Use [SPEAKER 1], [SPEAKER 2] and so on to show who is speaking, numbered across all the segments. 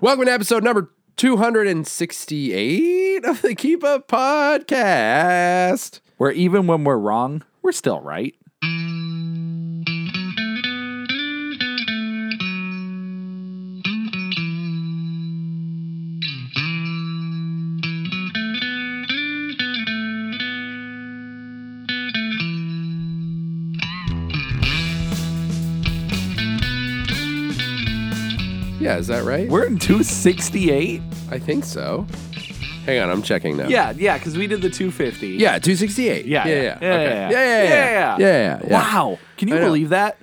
[SPEAKER 1] Welcome to episode number 268 of the Keep Up Podcast.
[SPEAKER 2] where even when we're wrong, we're still right.
[SPEAKER 1] Yeah, is that right?
[SPEAKER 2] We're in 268?
[SPEAKER 1] I think so. Hang on, I'm checking now.
[SPEAKER 2] Yeah, yeah, because we did the 250.
[SPEAKER 1] Yeah, 268.
[SPEAKER 2] Yeah,
[SPEAKER 1] yeah,
[SPEAKER 2] yeah,
[SPEAKER 1] yeah. Okay. Yeah, yeah, yeah. Yeah, yeah, yeah.
[SPEAKER 2] Wow. Can you
[SPEAKER 1] I know.
[SPEAKER 2] believe that?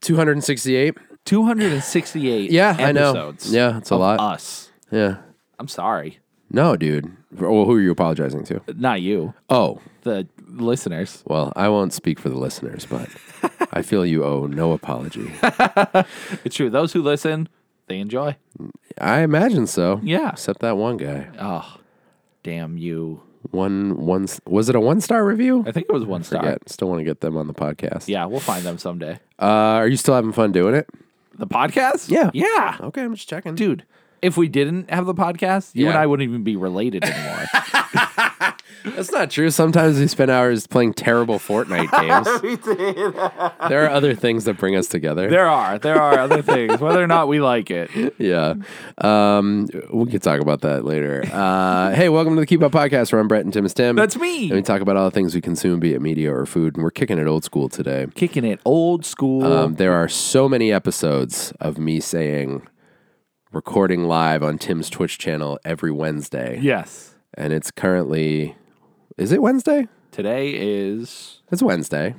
[SPEAKER 1] 268.
[SPEAKER 2] 268
[SPEAKER 1] Yeah, I know.
[SPEAKER 2] episodes.
[SPEAKER 1] Yeah, it's a
[SPEAKER 2] of
[SPEAKER 1] lot.
[SPEAKER 2] Us.
[SPEAKER 1] Yeah.
[SPEAKER 2] I'm sorry.
[SPEAKER 1] No, dude. Well, who are you apologizing to?
[SPEAKER 2] Not you,
[SPEAKER 1] Oh,
[SPEAKER 2] the listeners.
[SPEAKER 1] well, I won't speak for the listeners, but I feel you owe no apology.
[SPEAKER 2] It's true. Those who listen, they enjoy.
[SPEAKER 1] I imagine so.
[SPEAKER 2] Yeah.
[SPEAKER 1] Except that one guy.
[SPEAKER 2] Oh, damn you.
[SPEAKER 1] One, one, was it a one star review?
[SPEAKER 2] I think it was one star.
[SPEAKER 1] Forget. Still want to get them on the podcast.
[SPEAKER 2] Yeah, we'll find them someday.
[SPEAKER 1] Uh, are you still having fun doing it?
[SPEAKER 2] The podcast?
[SPEAKER 1] Yeah.
[SPEAKER 2] Yeah.
[SPEAKER 1] Okay, I'm just checking.
[SPEAKER 2] Dude, if we didn't have the podcast, you and
[SPEAKER 1] Yeah.
[SPEAKER 2] I wouldn't even be related anymore.
[SPEAKER 1] That's not true. Sometimes we spend hours playing terrible Fortnite games. there are other things that bring us together.
[SPEAKER 2] There are. There are other things, whether or not we like it.
[SPEAKER 1] yeah. Um, we can talk about that later. Uh, hey, welcome to the Keep Up Podcast where I'm Brett and Tim is Tim.
[SPEAKER 2] That's
[SPEAKER 1] And we
[SPEAKER 2] me.
[SPEAKER 1] talk about all the things we consume, be it media or food, and we're kicking it old school today.
[SPEAKER 2] Kicking it old school.
[SPEAKER 1] Um, there are so many episodes of me saying recording live on Tim's Twitch channel every Wednesday.
[SPEAKER 2] yes.
[SPEAKER 1] and it's currently is it Wednesday?
[SPEAKER 2] Today is
[SPEAKER 1] It's Wednesday.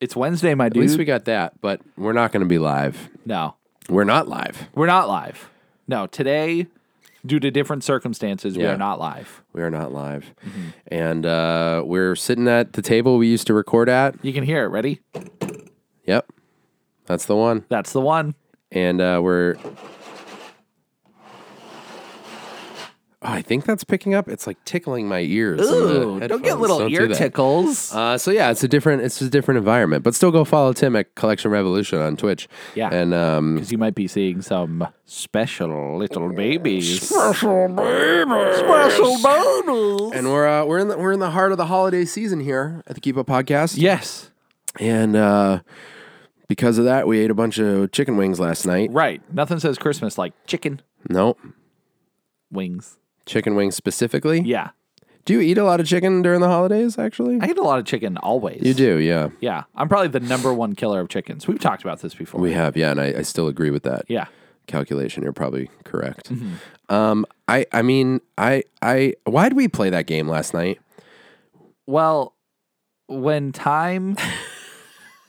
[SPEAKER 2] it's Wednesday, my
[SPEAKER 1] At
[SPEAKER 2] dude.
[SPEAKER 1] least we got that, but we're not going to be live.
[SPEAKER 2] no.
[SPEAKER 1] We're not live.
[SPEAKER 2] We're not live. No, today due to different circumstances, we
[SPEAKER 1] Yeah.
[SPEAKER 2] are not live.
[SPEAKER 1] We are not live.
[SPEAKER 2] Mm-hmm.
[SPEAKER 1] And uh, we're sitting at the table we used to record at.
[SPEAKER 2] You can hear it, ready?
[SPEAKER 1] Yep. That's the one.
[SPEAKER 2] That's the one.
[SPEAKER 1] And uh, we're Oh, I think that's picking up. It's like tickling my ears. in the
[SPEAKER 2] Ooh, don't get
[SPEAKER 1] headphones.
[SPEAKER 2] little
[SPEAKER 1] Don't do
[SPEAKER 2] ear
[SPEAKER 1] that.
[SPEAKER 2] tickles.
[SPEAKER 1] Uh, so yeah, it's a different, it's a different environment, but still go follow Tim at Collection Revolution on Twitch.
[SPEAKER 2] Yeah.
[SPEAKER 1] and um,
[SPEAKER 2] Because you might be seeing some special little babies.
[SPEAKER 1] And we're uh, we're in the we're in the heart of the holiday season here at the Keep Up Podcast.
[SPEAKER 2] Yes.
[SPEAKER 1] And uh, because of that, we ate a bunch of chicken wings last night.
[SPEAKER 2] Right. Nothing says Christmas like chicken
[SPEAKER 1] Nope.
[SPEAKER 2] wings.
[SPEAKER 1] Chicken wings specifically.
[SPEAKER 2] Yeah.
[SPEAKER 1] Do you eat a lot of chicken during the holidays? Actually,
[SPEAKER 2] I eat a lot of chicken always.
[SPEAKER 1] you do. Yeah,
[SPEAKER 2] Yeah. I'm probably the number one killer of chickens. We've talked about this before.
[SPEAKER 1] we have. Yeah, and I, I still agree with that
[SPEAKER 2] yeah.
[SPEAKER 1] calculation. You're probably correct.
[SPEAKER 2] Mm-hmm.
[SPEAKER 1] Um, I I mean I I why would we play that game last night?
[SPEAKER 2] Well, when time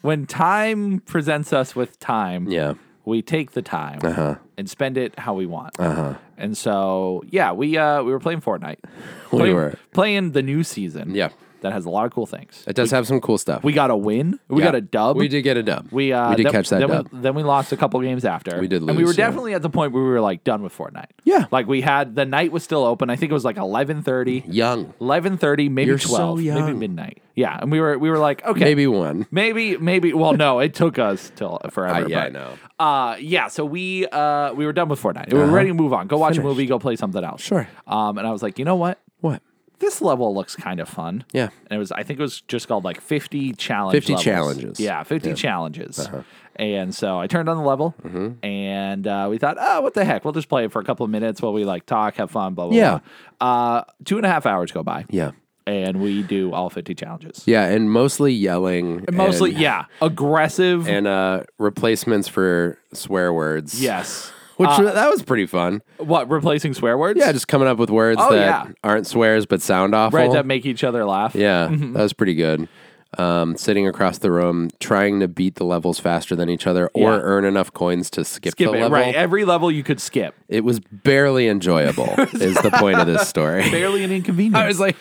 [SPEAKER 2] when time presents us with time,
[SPEAKER 1] Yeah.
[SPEAKER 2] we take the time
[SPEAKER 1] Uh-huh.
[SPEAKER 2] and spend it how we want.
[SPEAKER 1] Uh-huh.
[SPEAKER 2] And so, yeah, we uh we were playing Fortnite.
[SPEAKER 1] We
[SPEAKER 2] playing,
[SPEAKER 1] were.
[SPEAKER 2] playing the new season.
[SPEAKER 1] Yeah.
[SPEAKER 2] That has a lot of cool things.
[SPEAKER 1] It does have some cool stuff.
[SPEAKER 2] We got a win. We
[SPEAKER 1] Yeah.
[SPEAKER 2] got a dub.
[SPEAKER 1] We did get a dub.
[SPEAKER 2] We uh,
[SPEAKER 1] we did
[SPEAKER 2] then,
[SPEAKER 1] catch that
[SPEAKER 2] then
[SPEAKER 1] dub.
[SPEAKER 2] We, then we lost a couple games after.
[SPEAKER 1] We did
[SPEAKER 2] and we
[SPEAKER 1] lose,
[SPEAKER 2] were
[SPEAKER 1] yeah.
[SPEAKER 2] definitely at the point where we were like done with Fortnite.
[SPEAKER 1] Yeah.
[SPEAKER 2] like we had the night was still open. I think it was like eleven thirty.
[SPEAKER 1] Young.
[SPEAKER 2] Eleven thirty, maybe
[SPEAKER 1] You're so
[SPEAKER 2] twelve, maybe
[SPEAKER 1] young.
[SPEAKER 2] midnight. Yeah, and we were we were like, okay,
[SPEAKER 1] Maybe
[SPEAKER 2] maybe
[SPEAKER 1] one.
[SPEAKER 2] maybe, maybe well, no, it took us till forever.
[SPEAKER 1] Uh, yeah, I
[SPEAKER 2] but-
[SPEAKER 1] know.
[SPEAKER 2] Uh, yeah, so we uh we were done with Fortnite. We were ready to move on. Go watch a movie. Go play something else.
[SPEAKER 1] Uh-huh. Sure.
[SPEAKER 2] Um, and I was like, you know what?
[SPEAKER 1] What?
[SPEAKER 2] This level looks kind of fun.
[SPEAKER 1] Yeah.
[SPEAKER 2] And it was, I think it was just called like 50 challenge
[SPEAKER 1] 50
[SPEAKER 2] levels.
[SPEAKER 1] challenges. Uh-huh.
[SPEAKER 2] Yeah, 50 challenges. And so I turned on the level
[SPEAKER 1] Mm-hmm.
[SPEAKER 2] and uh, we thought, oh, what the heck? We'll just play it for a couple of minutes while we like talk, have fun, blah, blah,
[SPEAKER 1] Yeah.
[SPEAKER 2] blah. Uh, two and a half hours go by
[SPEAKER 1] Yeah.
[SPEAKER 2] and we do all 50 challenges.
[SPEAKER 1] Yeah, and mostly yelling. And
[SPEAKER 2] Mostly, yeah, aggressive.
[SPEAKER 1] And uh, replacements for swear words.
[SPEAKER 2] yes.
[SPEAKER 1] Which that was pretty fun.
[SPEAKER 2] What, replacing swear words?
[SPEAKER 1] Yeah, just coming up with words
[SPEAKER 2] Oh,
[SPEAKER 1] that
[SPEAKER 2] yeah.
[SPEAKER 1] aren't swears but sound awful.
[SPEAKER 2] Right, that mm-hmm. make each other laugh.
[SPEAKER 1] yeah, that was pretty good. Um, sitting across the room, trying to beat the levels faster than each other or
[SPEAKER 2] Yeah.
[SPEAKER 1] earn enough coins to skip,
[SPEAKER 2] Skip
[SPEAKER 1] the
[SPEAKER 2] it.
[SPEAKER 1] level.
[SPEAKER 2] Right. Every level you could skip.
[SPEAKER 1] It was barely enjoyable, is the point of this story.
[SPEAKER 2] Barely an inconvenience. I was like,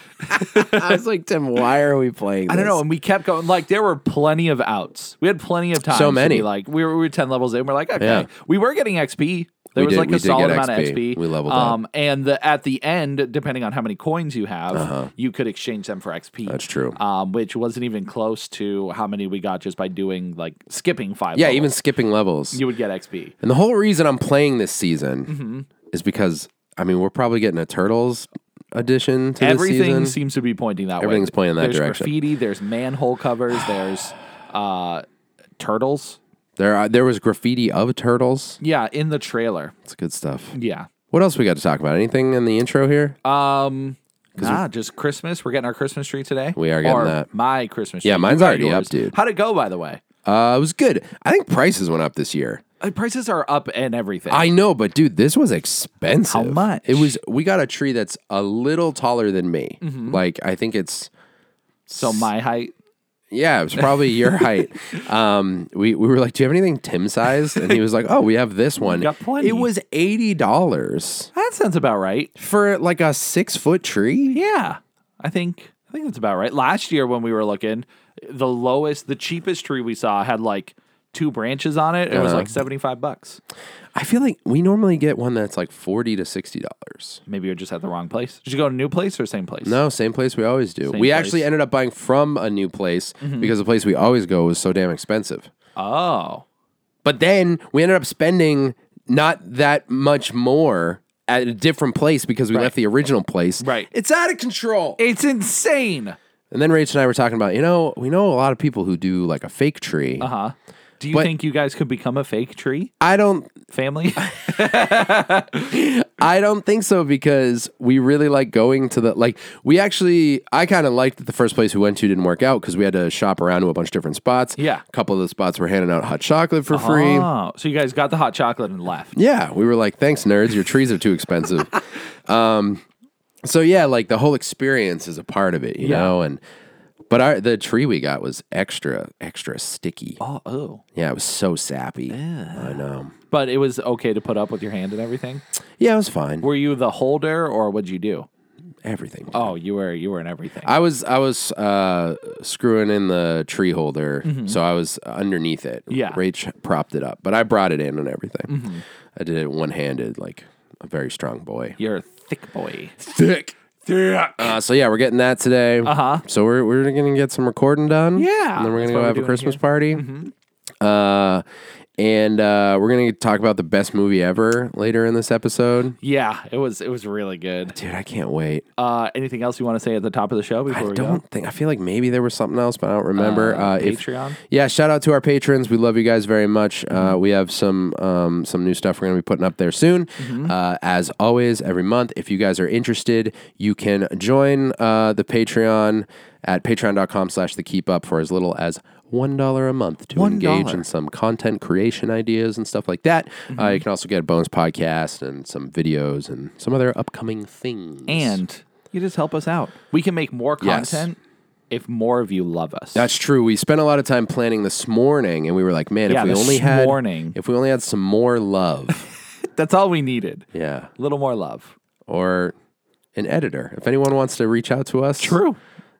[SPEAKER 1] I was like, Tim, why are we playing
[SPEAKER 2] I don't know. And we kept going. Like there were plenty of outs. We had plenty of time.
[SPEAKER 1] So many.
[SPEAKER 2] like we were, we were ten levels in. We're like, okay,
[SPEAKER 1] Yeah.
[SPEAKER 2] we were getting XP. There
[SPEAKER 1] We
[SPEAKER 2] was
[SPEAKER 1] did-
[SPEAKER 2] like
[SPEAKER 1] we
[SPEAKER 2] a
[SPEAKER 1] did get
[SPEAKER 2] solid amount of
[SPEAKER 1] XP.
[SPEAKER 2] XP.
[SPEAKER 1] We leveled up.
[SPEAKER 2] um, and the, at the end, depending on how many coins you have, you could exchange them for XP.
[SPEAKER 1] Uh-huh. That's true.
[SPEAKER 2] Um, which wasn't even close to how many we got just by doing like skipping five.
[SPEAKER 1] Yeah,
[SPEAKER 2] levels.
[SPEAKER 1] even skipping levels.
[SPEAKER 2] you would get XP.
[SPEAKER 1] And the whole reason I'm playing this season
[SPEAKER 2] Mm-hmm.
[SPEAKER 1] is because I mean we're probably getting a turtles edition to
[SPEAKER 2] Everything
[SPEAKER 1] this season.
[SPEAKER 2] seems to be pointing that way.
[SPEAKER 1] Everything's pointing that
[SPEAKER 2] there's
[SPEAKER 1] direction.
[SPEAKER 2] graffiti. There's manhole covers. There's uh, turtles.
[SPEAKER 1] There, are, there was graffiti of turtles.
[SPEAKER 2] Yeah, in the trailer.
[SPEAKER 1] It's good stuff.
[SPEAKER 2] Yeah.
[SPEAKER 1] What else we got to talk about? Anything in the intro here?
[SPEAKER 2] Um. Nah, just Christmas. We're getting our Christmas tree today.
[SPEAKER 1] We are getting
[SPEAKER 2] Or
[SPEAKER 1] that.
[SPEAKER 2] My Christmas tree.
[SPEAKER 1] Yeah, mine's
[SPEAKER 2] You got
[SPEAKER 1] already up,
[SPEAKER 2] yours.
[SPEAKER 1] dude.
[SPEAKER 2] How'd it go, by the way?
[SPEAKER 1] Uh, it was good. I think prices went up this year.
[SPEAKER 2] Uh, Prices are up and everything.
[SPEAKER 1] I know, but dude, this was expensive.
[SPEAKER 2] How much?
[SPEAKER 1] It was. We got a tree that's a little taller than me.
[SPEAKER 2] Mm-hmm.
[SPEAKER 1] Like I think it's
[SPEAKER 2] so my height.
[SPEAKER 1] Yeah, it was probably your height. Um, we, we were like, Do you have anything Tim sized? And he was like, Oh, we have this one.
[SPEAKER 2] got plenty.
[SPEAKER 1] It was eighty dollars
[SPEAKER 2] That sounds about right.
[SPEAKER 1] for like a six foot tree.
[SPEAKER 2] Yeah, I think I think that's about right. Last year when we were looking, the lowest, the cheapest tree we saw had like two branches on it. It was
[SPEAKER 1] Uh-huh.
[SPEAKER 2] like seventy five bucks.
[SPEAKER 1] I feel like we normally get one that's like forty to sixty dollars.
[SPEAKER 2] Maybe you're just at the wrong place. Did you go to a new place or same place?
[SPEAKER 1] No, same place we always do. we
[SPEAKER 2] place. Mm-hmm.
[SPEAKER 1] actually ended up buying from a new place because the place we always go was so damn expensive.
[SPEAKER 2] Oh,
[SPEAKER 1] But then we ended up spending not that much more at a different place because we left the original place.
[SPEAKER 2] Right.
[SPEAKER 1] It's out of control.
[SPEAKER 2] it's insane.
[SPEAKER 1] And then Rach and I were talking about, you know, we know a lot of people who do like a fake tree.
[SPEAKER 2] Uh huh. Do you
[SPEAKER 1] But-
[SPEAKER 2] think you guys could become a fake tree
[SPEAKER 1] I don't
[SPEAKER 2] family?
[SPEAKER 1] I don't think so because we really like going to the like we actually I kind of liked that the first place we went to didn't work out because we had to shop around to a bunch of different spots.
[SPEAKER 2] Yeah.
[SPEAKER 1] A couple of the spots were handing out hot chocolate for free.
[SPEAKER 2] Oh, so you guys got the hot chocolate and left.
[SPEAKER 1] Yeah, we were like, thanks, nerds. Your trees are too expensive. um, so yeah, like the whole experience is a part of it, you
[SPEAKER 2] Yeah.
[SPEAKER 1] know. And but our the tree we got was extra extra sticky.
[SPEAKER 2] Oh, oh.
[SPEAKER 1] Yeah, it was so sappy. I know.
[SPEAKER 2] But it was okay to put up with your hand and everything.
[SPEAKER 1] Yeah, it was fine.
[SPEAKER 2] Were you the holder or what'd you do?
[SPEAKER 1] Everything.
[SPEAKER 2] Oh, you were you were in everything.
[SPEAKER 1] I was I was uh, screwing in the tree holder, so I was underneath it.
[SPEAKER 2] Mm-hmm. Yeah. Mm-hmm.
[SPEAKER 1] Rach propped it up, but I brought it in and everything. I did it one handed, like a very strong boy.
[SPEAKER 2] You're a thick boy.
[SPEAKER 1] Thick. Thick. Uh, so yeah, we're getting that today. Uh
[SPEAKER 2] Uh-huh.
[SPEAKER 1] So we're we're gonna get some recording done.
[SPEAKER 2] Yeah,
[SPEAKER 1] And then we're
[SPEAKER 2] that's
[SPEAKER 1] gonna go
[SPEAKER 2] what we're
[SPEAKER 1] have a
[SPEAKER 2] doing Mm-hmm.
[SPEAKER 1] Christmas party. Uh, and uh, we're gonna talk about the best movie ever later in this episode.
[SPEAKER 2] Yeah, it was it was really good.
[SPEAKER 1] Dude, I can't wait.
[SPEAKER 2] Uh, anything else you want to say at the top of the show before
[SPEAKER 1] I
[SPEAKER 2] we
[SPEAKER 1] don't
[SPEAKER 2] go?
[SPEAKER 1] think I feel like maybe there was something else, but I don't remember. Uh,
[SPEAKER 2] Uh,
[SPEAKER 1] if-
[SPEAKER 2] Patreon? Mm-hmm.
[SPEAKER 1] yeah, shout out to our patrons. We love you guys very much. Uh, we have some um, some new stuff we're gonna be putting up there soon.
[SPEAKER 2] Mm-hmm.
[SPEAKER 1] Uh, as always, every month. If you guys are interested, you can join uh, the Patreon at patreon.com/slash the keep up for as little as. One dollar a month to engage
[SPEAKER 2] dollar. Mm-hmm.
[SPEAKER 1] in some content creation ideas and stuff like that. Uh, you can also get a bonus podcast and some videos and some other upcoming things.
[SPEAKER 2] And you just help us out. We can make more
[SPEAKER 1] Yes.
[SPEAKER 2] content if more of you love us.
[SPEAKER 1] That's true. We spent a lot of time planning this morning, and we were like, "Man,
[SPEAKER 2] Yeah,
[SPEAKER 1] if we
[SPEAKER 2] this
[SPEAKER 1] only had
[SPEAKER 2] morning.
[SPEAKER 1] if we only had some more love,
[SPEAKER 2] That's all we needed.
[SPEAKER 1] yeah,
[SPEAKER 2] A little more love.
[SPEAKER 1] or an editor. If anyone wants to reach out to us,
[SPEAKER 2] True.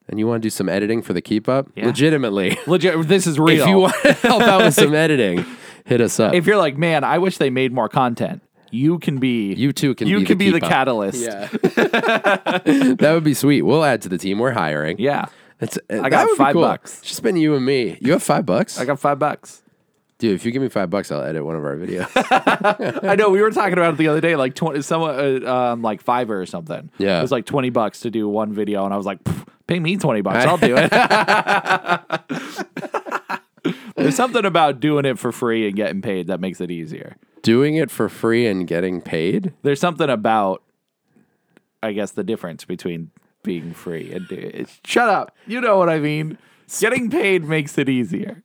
[SPEAKER 1] and you want to do some editing for the keep up, legitimately,
[SPEAKER 2] Legit this is real.
[SPEAKER 1] if you want to help out with some editing, hit us up.
[SPEAKER 2] if you're like, man, I wish they made more content, you can be
[SPEAKER 1] You too can
[SPEAKER 2] you
[SPEAKER 1] be the
[SPEAKER 2] can be the
[SPEAKER 1] keep up.
[SPEAKER 2] catalyst.
[SPEAKER 1] yeah, that would be sweet. We'll add to the team. We're hiring.
[SPEAKER 2] Yeah.
[SPEAKER 1] That's, I
[SPEAKER 2] got five bucks.
[SPEAKER 1] It's just been you and me. You have five bucks,
[SPEAKER 2] I got five bucks.
[SPEAKER 1] dude. If you give me five bucks, I'll edit one of our videos.
[SPEAKER 2] I know we were talking about it the other day, like twenty, someone, uh, um, like Fiverr or something.
[SPEAKER 1] Yeah.
[SPEAKER 2] it was like twenty bucks to do one video, and I was like, "Pff, pay me twenty bucks, I'll do it. There's something about doing it for free and getting paid that makes it easier.
[SPEAKER 1] Doing it for free and getting paid.
[SPEAKER 2] There's something about, I guess, the difference between being free and do- shut up. You know what I mean? Getting paid makes it easier.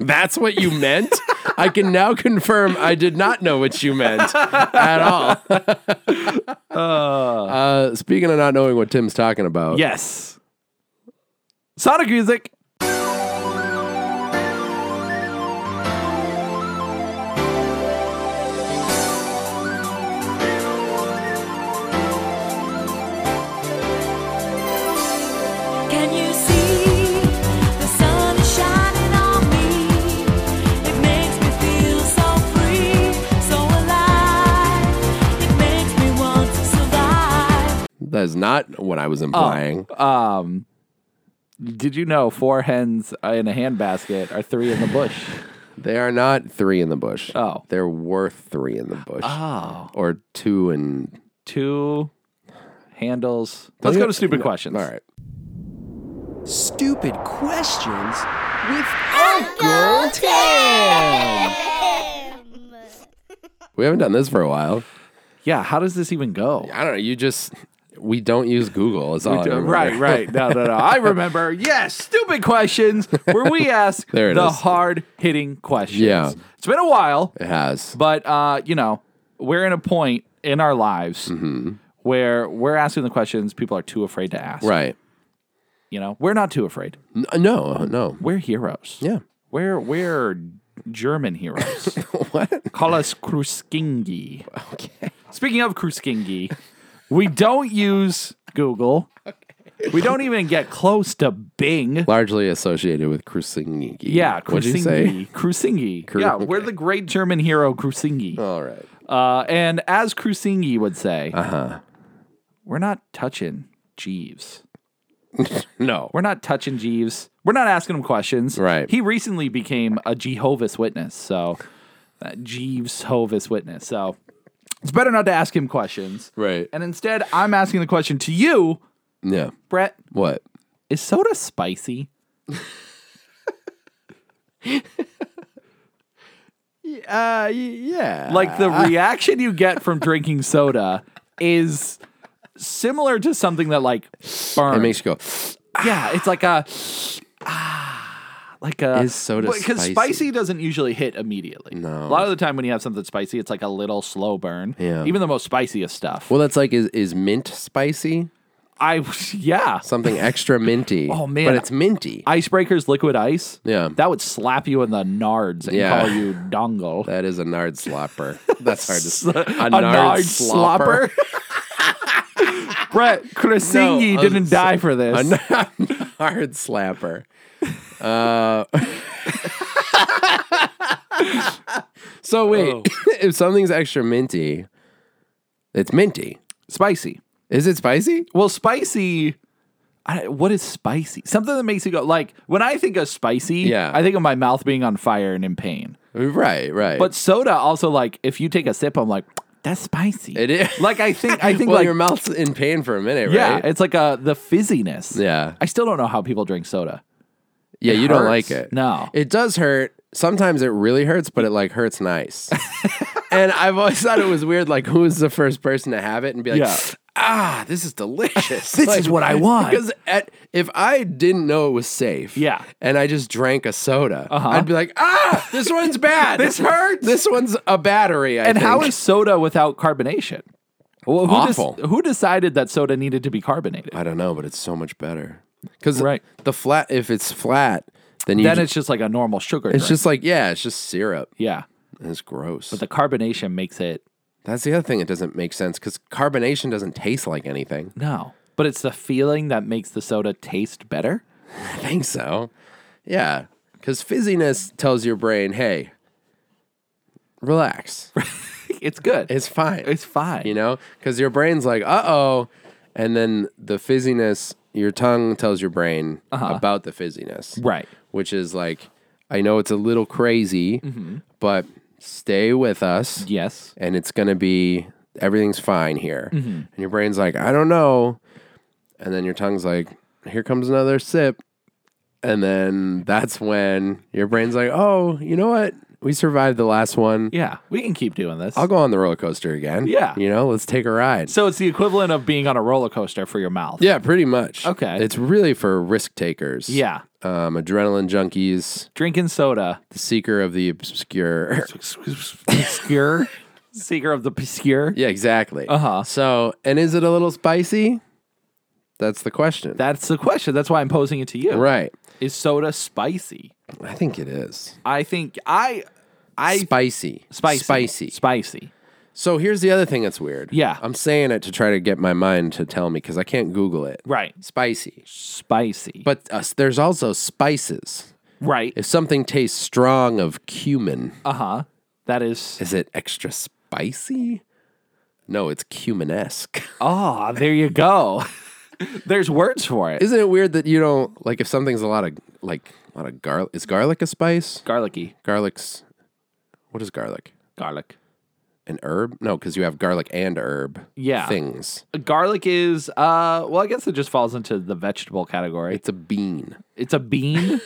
[SPEAKER 1] That's what you meant? I can now confirm I did not know what you meant at all. uh, speaking of not knowing what Tim's talking about,
[SPEAKER 2] Yes. Sonic music.
[SPEAKER 3] Can you see the sun is shining on me? It makes me feel so free, so alive.
[SPEAKER 1] That is not what I was implying.
[SPEAKER 2] Oh. Uh. Did you know four hens in a handbasket are three in the bush?
[SPEAKER 1] They are not three in the bush.
[SPEAKER 2] Oh.
[SPEAKER 1] They're worth three in the bush.
[SPEAKER 2] Oh.
[SPEAKER 1] Or two and.
[SPEAKER 2] Two handles. Let's go to stupid
[SPEAKER 1] No.
[SPEAKER 2] questions.
[SPEAKER 1] All right.
[SPEAKER 4] Stupid questions with Uncle Tim.
[SPEAKER 1] We haven't done this for a while.
[SPEAKER 2] Yeah, how does this even go? Oh,
[SPEAKER 1] I don't know. You just. We don't use Google. It's all I remember.
[SPEAKER 2] Right, right. No, no, no. I remember. Yes, stupid questions where we ask
[SPEAKER 1] There it
[SPEAKER 2] the
[SPEAKER 1] is.
[SPEAKER 2] hard hitting questions.
[SPEAKER 1] Yeah.
[SPEAKER 2] It's been a while,
[SPEAKER 1] It has.
[SPEAKER 2] but uh, you know, we're in a point in our lives
[SPEAKER 1] Mm-hmm.
[SPEAKER 2] where we're asking the questions people are too afraid to ask.
[SPEAKER 1] Right. Mm-hmm.
[SPEAKER 2] You know, we're not too afraid.
[SPEAKER 1] N- No, no.
[SPEAKER 2] We're heroes.
[SPEAKER 1] Yeah.
[SPEAKER 2] We're we're German heroes.
[SPEAKER 1] What?
[SPEAKER 2] Call us Kruskingi. Okay. Speaking of Kruskingi, we don't use Google. We don't even get close to Bing.
[SPEAKER 1] Largely associated with Krusingi.
[SPEAKER 2] Yeah,
[SPEAKER 1] What'd you say?
[SPEAKER 2] Krusingi. Krusingi.
[SPEAKER 1] Kru- Oh.
[SPEAKER 2] yeah, we're the great German hero Krusingi.
[SPEAKER 1] All right.
[SPEAKER 2] Uh, and as Krusingi would say, uh-huh. we're not touching Jeeves.
[SPEAKER 1] No.
[SPEAKER 2] We're not touching Jeeves. We're not asking him questions.
[SPEAKER 1] Right.
[SPEAKER 2] He recently became a Jehovah's Witness. So, uh, Jeeves Hovis Witness. So, it's better not to ask him questions.
[SPEAKER 1] Right.
[SPEAKER 2] And instead, I'm asking the question to you,
[SPEAKER 1] Yeah.
[SPEAKER 2] Brett.
[SPEAKER 1] What?
[SPEAKER 2] Is soda spicy?
[SPEAKER 1] Uh, yeah.
[SPEAKER 2] Like the reaction you get from drinking soda is similar to something that like burns.
[SPEAKER 1] It makes you go.
[SPEAKER 2] yeah, it's like a ah, like a
[SPEAKER 1] Is soda
[SPEAKER 2] because
[SPEAKER 1] spicy?
[SPEAKER 2] spicy doesn't usually hit immediately.
[SPEAKER 1] No.
[SPEAKER 2] a lot of the time when you have something spicy, it's like a little slow burn.
[SPEAKER 1] Yeah.
[SPEAKER 2] even the most spiciest stuff.
[SPEAKER 1] Well, that's like is is mint spicy?
[SPEAKER 2] I yeah,
[SPEAKER 1] Something extra minty.
[SPEAKER 2] Oh, man.
[SPEAKER 1] But it's minty.
[SPEAKER 2] icebreakers, liquid ice.
[SPEAKER 1] Yeah.
[SPEAKER 2] that would slap you in the nards and
[SPEAKER 1] Yeah.
[SPEAKER 2] call you dongle.
[SPEAKER 1] that is a nard slopper. That's hard to say.
[SPEAKER 2] a nard slopper. Brett Krasinski
[SPEAKER 1] No, a
[SPEAKER 2] didn't
[SPEAKER 1] s-
[SPEAKER 2] die for this.
[SPEAKER 1] A nard, nard slapper. Uh, so wait,
[SPEAKER 2] Oh.
[SPEAKER 1] if something's extra minty, it's minty.
[SPEAKER 2] spicy.
[SPEAKER 1] Is it spicy?
[SPEAKER 2] Well, spicy. I, what is spicy? Something that makes you go like when I think of spicy.
[SPEAKER 1] Yeah.
[SPEAKER 2] I think of my mouth being on fire and in pain.
[SPEAKER 1] Right, right.
[SPEAKER 2] But soda also like if you take a sip, I'm like that's spicy.
[SPEAKER 1] it is.
[SPEAKER 2] Like I think I think
[SPEAKER 1] well,
[SPEAKER 2] like
[SPEAKER 1] your mouth's in pain for a minute,
[SPEAKER 2] yeah,
[SPEAKER 1] right?
[SPEAKER 2] it's like uh the fizziness.
[SPEAKER 1] Yeah.
[SPEAKER 2] I still don't know how people drink soda.
[SPEAKER 1] Yeah, you don't like
[SPEAKER 2] hurts.
[SPEAKER 1] it.
[SPEAKER 2] No.
[SPEAKER 1] It does hurt. Sometimes it really hurts, but it like hurts nice. and I've always thought it was weird, like who was the first person to have it and be like,
[SPEAKER 2] Yeah.
[SPEAKER 1] ah, this is delicious.
[SPEAKER 2] This is what I want.
[SPEAKER 1] Because at, if I didn't know it was safe,
[SPEAKER 2] Yeah. Uh-huh.
[SPEAKER 1] and I just drank a soda, I'd be like, ah, this one's bad.
[SPEAKER 2] This hurts.
[SPEAKER 1] This one's a battery. I
[SPEAKER 2] And how
[SPEAKER 1] think."
[SPEAKER 2] is soda without carbonation? Well, who des-
[SPEAKER 1] Awful.
[SPEAKER 2] who decided that soda needed to be carbonated?
[SPEAKER 1] I don't know, but it's so much better. Because
[SPEAKER 2] Right.
[SPEAKER 1] the flat, if it's flat, then you
[SPEAKER 2] then
[SPEAKER 1] ju-
[SPEAKER 2] it's just like a normal sugar.
[SPEAKER 1] it's
[SPEAKER 2] drink.
[SPEAKER 1] just like yeah, it's just syrup.
[SPEAKER 2] yeah.
[SPEAKER 1] And it's gross.
[SPEAKER 2] The carbonation makes it
[SPEAKER 1] That's the other thing that doesn't make sense because carbonation doesn't taste like anything.
[SPEAKER 2] no, but it's the feeling that makes the soda taste better.
[SPEAKER 1] I think so. Yeah. Because fizziness tells your brain, hey, relax.
[SPEAKER 2] It's good.
[SPEAKER 1] It's fine.
[SPEAKER 2] It's fine.
[SPEAKER 1] you know? Because your brain's like, uh oh. And then the fizziness, your tongue tells your brain about the fizziness.
[SPEAKER 2] Right.
[SPEAKER 1] Which is like, I know it's a little crazy, but stay with us.
[SPEAKER 2] Yes.
[SPEAKER 1] and it's going to be everything's fine here.
[SPEAKER 2] Mm-hmm.
[SPEAKER 1] And your brain's like, I don't know. And then your tongue's like, here comes another sip. And then that's when your brain's like, oh, you know what? We survived the last one.
[SPEAKER 2] Yeah. We can keep doing this.
[SPEAKER 1] I'll go on the roller coaster again.
[SPEAKER 2] Yeah.
[SPEAKER 1] You know, let's take a ride.
[SPEAKER 2] so it's the equivalent of being on a roller coaster for your mouth.
[SPEAKER 1] yeah, pretty much.
[SPEAKER 2] Okay.
[SPEAKER 1] It's really for risk takers.
[SPEAKER 2] Yeah.
[SPEAKER 1] Um, adrenaline junkies,
[SPEAKER 2] Drinking soda.
[SPEAKER 1] the seeker of the obscure.
[SPEAKER 2] Obscure. Seeker of the obscure.
[SPEAKER 1] yeah, exactly.
[SPEAKER 2] Uh-huh.
[SPEAKER 1] So, and is it a little spicy? That's the question.
[SPEAKER 2] That's the question. That's why I'm posing it to you.
[SPEAKER 1] right.
[SPEAKER 2] Is soda spicy?
[SPEAKER 1] I think it is.
[SPEAKER 2] I think I I
[SPEAKER 1] spicy.
[SPEAKER 2] spicy.
[SPEAKER 1] Spicy.
[SPEAKER 2] Spicy.
[SPEAKER 1] so here's the other thing that's weird.
[SPEAKER 2] Yeah.
[SPEAKER 1] I'm saying it to try to get my mind to tell me because I can't Google it.
[SPEAKER 2] Right.
[SPEAKER 1] Spicy.
[SPEAKER 2] Spicy.
[SPEAKER 1] But uh, there's also spices.
[SPEAKER 2] right.
[SPEAKER 1] If something tastes strong of cumin,
[SPEAKER 2] Uh huh. That is
[SPEAKER 1] is it extra spicy? No, it's cumanesque.
[SPEAKER 2] Oh, there you go. There's words for it.
[SPEAKER 1] Isn't it weird that you don't like if something's a lot of like a lot of garlic? Is garlic a spice?
[SPEAKER 2] garlicky.
[SPEAKER 1] Garlic's what is garlic?
[SPEAKER 2] Garlic.
[SPEAKER 1] An herb? No, because you have garlic and herb.
[SPEAKER 2] Yeah.
[SPEAKER 1] things.
[SPEAKER 2] Garlic is uh well, I guess it just falls into the vegetable category.
[SPEAKER 1] It's a bean.
[SPEAKER 2] It's a bean.